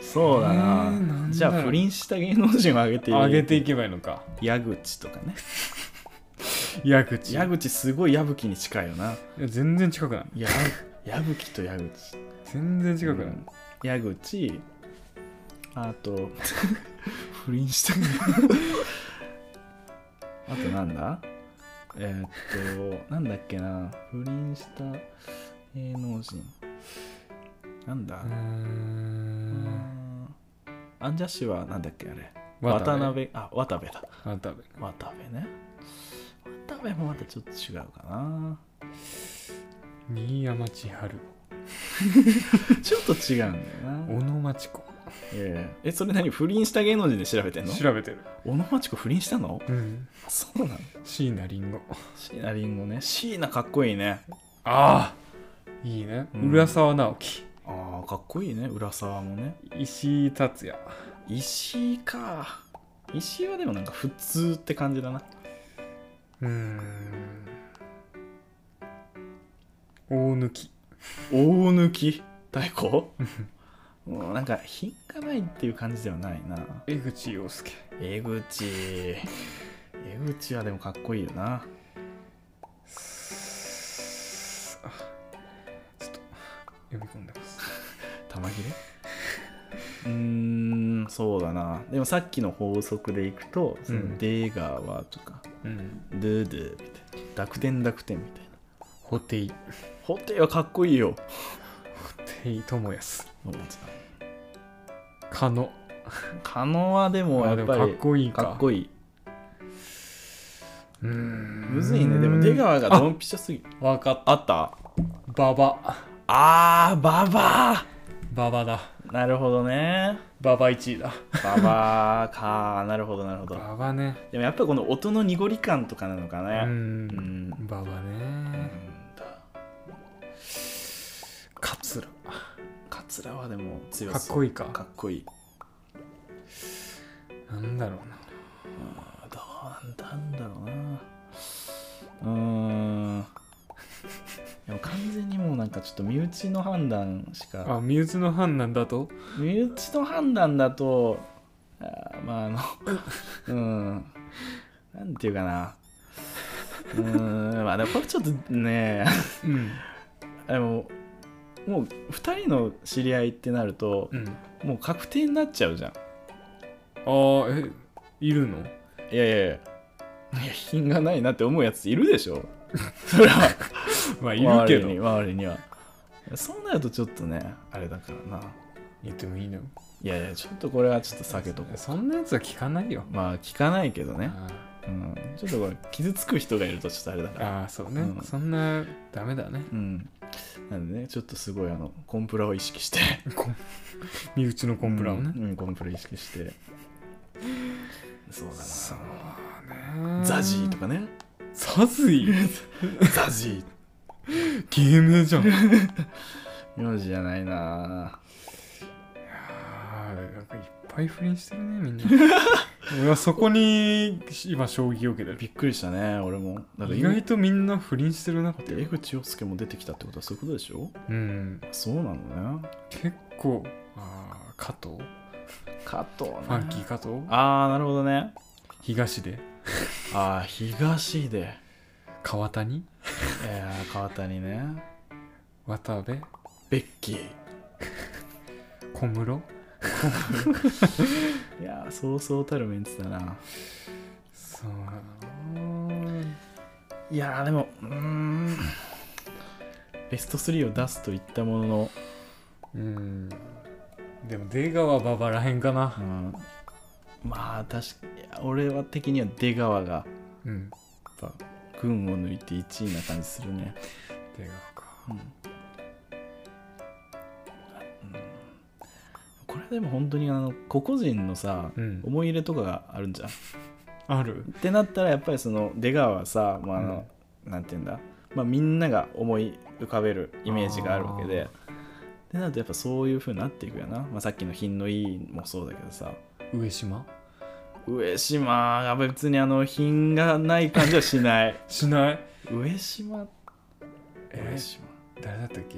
Speaker 1: そうだな,、
Speaker 2: えーなんだろう
Speaker 1: じゃあ不倫した芸能人を挙げていい
Speaker 2: 上げていけばいいのか
Speaker 1: 矢口とかね
Speaker 2: 矢口
Speaker 1: 矢口すごい矢吹に近いよない
Speaker 2: や全然近くない
Speaker 1: や矢吹と矢口
Speaker 2: 全然近くない、
Speaker 1: うん矢口あ と不倫した あとなんだえーっとなんだっけな不倫した芸能人なんだ、
Speaker 2: うーん
Speaker 1: うーんアンジャッシュはなんだっけあれ渡
Speaker 2: 渡
Speaker 1: 辺
Speaker 2: 辺
Speaker 1: あ渡部だ
Speaker 2: 渡辺
Speaker 1: 渡部ね渡部もまたちょっと違うか な
Speaker 2: 新山千春
Speaker 1: ちょっと違うんだよな
Speaker 2: 小野真知子
Speaker 1: いやいやえそれ何不倫した芸能人で調べてんの
Speaker 2: 調べてる
Speaker 1: 小野真知子不倫したの
Speaker 2: うん
Speaker 1: そうなの
Speaker 2: 椎名林檎
Speaker 1: 椎名林檎ね椎名かっこいいね
Speaker 2: ああいいね、
Speaker 1: うん
Speaker 2: 浦沢直樹
Speaker 1: ああかっこいいね浦沢もね
Speaker 2: 石井達也
Speaker 1: 石井か石井はでもなんか普通って感じだな
Speaker 2: うーん大抜き
Speaker 1: 大抜き太鼓もうなんか品がないっていう感じではないな
Speaker 2: 江口洋介
Speaker 1: 江口江口はでもかっこいいよな
Speaker 2: すあちょっと読み込んでます
Speaker 1: 玉切れうーんそうだなでもさっきの法則でいくと「そ
Speaker 2: うん
Speaker 1: のデーガーは」とか
Speaker 2: うん
Speaker 1: 「ドゥドゥ」みたいな「濁点濁点」みたいな
Speaker 2: ホテイ
Speaker 1: ホテイはかっこいいよ
Speaker 2: ホテイ智康
Speaker 1: 思ってた
Speaker 2: 狩野
Speaker 1: 狩野はでもや
Speaker 2: あ
Speaker 1: っ
Speaker 2: でも
Speaker 1: ぱ
Speaker 2: かっ
Speaker 1: り
Speaker 2: こいいか
Speaker 1: かっこいいう
Speaker 2: ーん
Speaker 1: むずいねでも出川がドンピシャすぎ
Speaker 2: わかっ
Speaker 1: あった
Speaker 2: たババ
Speaker 1: あーババ
Speaker 2: ババだ
Speaker 1: ーなるほどね
Speaker 2: ババ1位だ
Speaker 1: ババーかなるほどなるほど
Speaker 2: ババね
Speaker 1: でもやっぱりこの音の濁り感とかなのか
Speaker 2: う
Speaker 1: ね
Speaker 2: ん
Speaker 1: うん
Speaker 2: ババ
Speaker 1: うん
Speaker 2: ね
Speaker 1: だ
Speaker 2: 桂
Speaker 1: カツラはでも強
Speaker 2: かっ
Speaker 1: そう
Speaker 2: こいいか
Speaker 1: かっこいい
Speaker 2: なんだろうな
Speaker 1: あどうなんだろうなうーんでも完全にもうなんかちょっと身内の判断しか
Speaker 2: あ、身内の判断だと
Speaker 1: 身内の判断だとあーまああのうんなんていうかなうーんまあでもこれちょっとね
Speaker 2: うん。
Speaker 1: でももう2人の知り合いってなると
Speaker 2: うん。
Speaker 1: もう確定になっちゃうじゃん
Speaker 2: ああ、え、いるの
Speaker 1: いやいやいやいや品がないなって思うやついるでしょそれは
Speaker 2: まあ、いるけ
Speaker 1: 周りに
Speaker 2: ど。
Speaker 1: 周りにはそうなるとちょっとねあれだからな
Speaker 2: 言ってもいいの
Speaker 1: いやいやちょっとこれはちょっと避けとこう
Speaker 2: そんなやつは聞かないよ。
Speaker 1: まあ聞かないけどね
Speaker 2: あ
Speaker 1: うん、ちょっとこれ傷つく人がいるとちょっとあれだから。
Speaker 2: ーあー、そうね。
Speaker 1: うん
Speaker 2: そんな、ダメだね。
Speaker 1: うん。なんでね、ちょっとすごいあの、コンプラを意識して。
Speaker 2: こん 身内のコンプラをね。
Speaker 1: うん、うんコンプラ意識して。そうだ
Speaker 2: そう
Speaker 1: な。
Speaker 2: ね。
Speaker 1: ザジーと。かね。
Speaker 2: ザズイ
Speaker 1: ザジ
Speaker 2: 芸名じゃん。
Speaker 1: ー。名字じゃないな
Speaker 2: あーなんかいっぱい不倫してるね、 みんな。俺はそこに、今、衝撃を受けて
Speaker 1: びっくりしたね、俺も。だから
Speaker 2: る。意外とみんな不倫してるなって。
Speaker 1: 江口洋介も出てきたってことはそういうことでしょ
Speaker 2: うん。
Speaker 1: そうなのね。
Speaker 2: 結構、ああ、加藤
Speaker 1: 加藤ね。
Speaker 2: ファンキー加藤
Speaker 1: ああ、なるほどね。
Speaker 2: 東で
Speaker 1: ああ、東で。
Speaker 2: 川谷
Speaker 1: えー、川谷ね。
Speaker 2: 渡部
Speaker 1: ベッキー。
Speaker 2: 小室
Speaker 1: いやーそうそうたるメンツだな
Speaker 2: そうだない
Speaker 1: やーでもうーんベスト3を出すと言ったものの、
Speaker 2: うんでも出川馬場らへんか
Speaker 1: う、
Speaker 2: なん
Speaker 1: まあ確かいや俺は的には出川が
Speaker 2: うん
Speaker 1: やっぱ群を抜いて1位な感じするね、
Speaker 2: 出川か
Speaker 1: うんこれでも本当にあの個々人のさ、
Speaker 2: うん
Speaker 1: 思い入れとかがあるんじゃん
Speaker 2: ある
Speaker 1: ってなったらやっぱりその出川はさ、まああのなんて言うんだ、まあ、みんなが思い浮かべるイメージがあるわけ
Speaker 2: あ
Speaker 1: で
Speaker 2: ー
Speaker 1: ってなるとやっぱそういう風になっていくよな、まあ、さっきの品のいいもそうだけどさ
Speaker 2: 上島
Speaker 1: 上島が別にあの品がない感じはしない
Speaker 2: しない
Speaker 1: 上島
Speaker 2: え
Speaker 1: 上島
Speaker 2: 誰だったっけ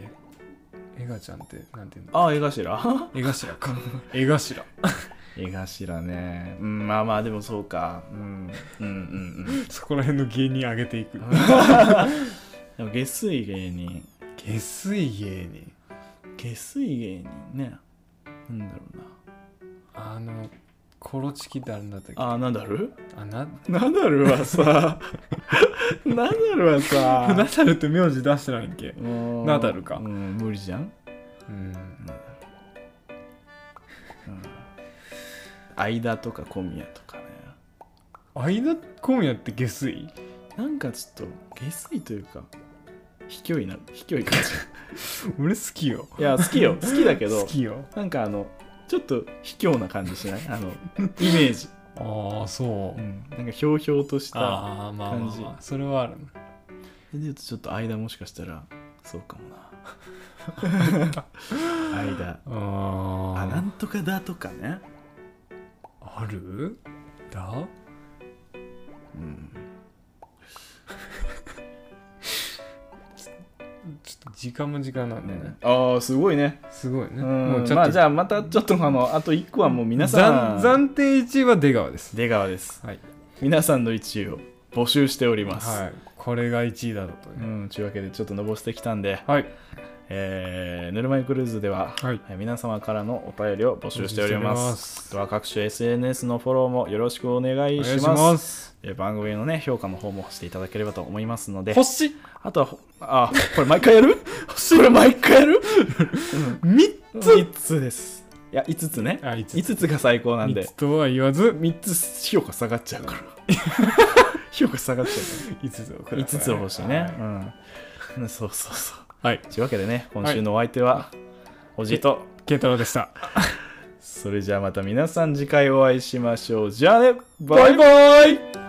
Speaker 2: 江頭ちゃんってなんて言うんだ
Speaker 1: ああ江頭
Speaker 2: 江頭 か江頭
Speaker 1: 江頭ねうんまあまあでもそうか、うん、うんうんうん
Speaker 2: そこら辺の芸人上げていく
Speaker 1: でも下水芸人
Speaker 2: 下水芸人
Speaker 1: 下水芸人ねなんだろうな
Speaker 2: あのコロチキってあるんだったっけ
Speaker 1: ああなんだろう
Speaker 2: あな
Speaker 1: ナダルはさ、ナダルは
Speaker 2: ナ
Speaker 1: さ、
Speaker 2: ダルって名字出してないんけ
Speaker 1: もう
Speaker 2: ナダルか
Speaker 1: うん、無理じゃん。
Speaker 2: うん
Speaker 1: 間とか小宮とかね。
Speaker 2: 間今夜って下水
Speaker 1: なんかちょっと、下水というか、卑怯いな、卑怯い感じ。
Speaker 2: 俺好きよ
Speaker 1: いや、好きよ、好きだけ
Speaker 2: 好
Speaker 1: ど、
Speaker 2: きよ
Speaker 1: なんかあの、ちょっと卑怯な感じしないあの、イメージ。、
Speaker 2: ああそううん
Speaker 1: なんかひょうひょうとした。
Speaker 2: ああまあまあ
Speaker 1: 感
Speaker 2: まあそれはある
Speaker 1: で言うと、ちょっと間もしかしたら、そうかも な間
Speaker 2: あ
Speaker 1: あなんとかだとかね
Speaker 2: あるだ
Speaker 1: うん
Speaker 2: ちょっと時間も時間なんだよね、
Speaker 1: ああすごいね
Speaker 2: すごいね
Speaker 1: うん
Speaker 2: もうちょっと、
Speaker 1: まあじゃあまたちょっとあのあと1個はもう皆さん
Speaker 2: 暫暫定1位は出川です
Speaker 1: 出川です
Speaker 2: はい、
Speaker 1: 皆さんの1位を募集しております、
Speaker 2: はい、これが1位だろうと
Speaker 1: う
Speaker 2: ね、
Speaker 1: ん、というわけでちょっとのぼしてきたんで、
Speaker 2: はい
Speaker 1: えー、ぬるま湯クルーズでは、
Speaker 2: はい
Speaker 1: えー皆様からのお便りを募集しており
Speaker 2: 募集し
Speaker 1: ま。
Speaker 2: ておりますす
Speaker 1: では各種 SNS のフォローもよろしくお願い
Speaker 2: お
Speaker 1: し
Speaker 2: 願い
Speaker 1: ます。
Speaker 2: します
Speaker 1: えー番組のね、評価の方もしていただければと思いますので、
Speaker 2: 星
Speaker 1: あとはほ、あ、これ毎回やるこれ毎回やる
Speaker 2: 3
Speaker 1: ?3 つです。いや、5つね。
Speaker 2: あ5つ
Speaker 1: 5つが最高なんで
Speaker 2: つ、とは言わず
Speaker 1: 3つ評価下がっちゃう から。評価下がっちゃう
Speaker 2: 5
Speaker 1: から。
Speaker 2: つをくだ
Speaker 1: 5
Speaker 2: さい
Speaker 1: つ欲しいね。うん。そうそうそう。
Speaker 2: はい
Speaker 1: というわけでね、今週のお相手は、おじと、
Speaker 2: 慶太郎でした
Speaker 1: それじゃあまた皆さん次回お会いしましょう。じゃあね、バイバイ
Speaker 2: バイ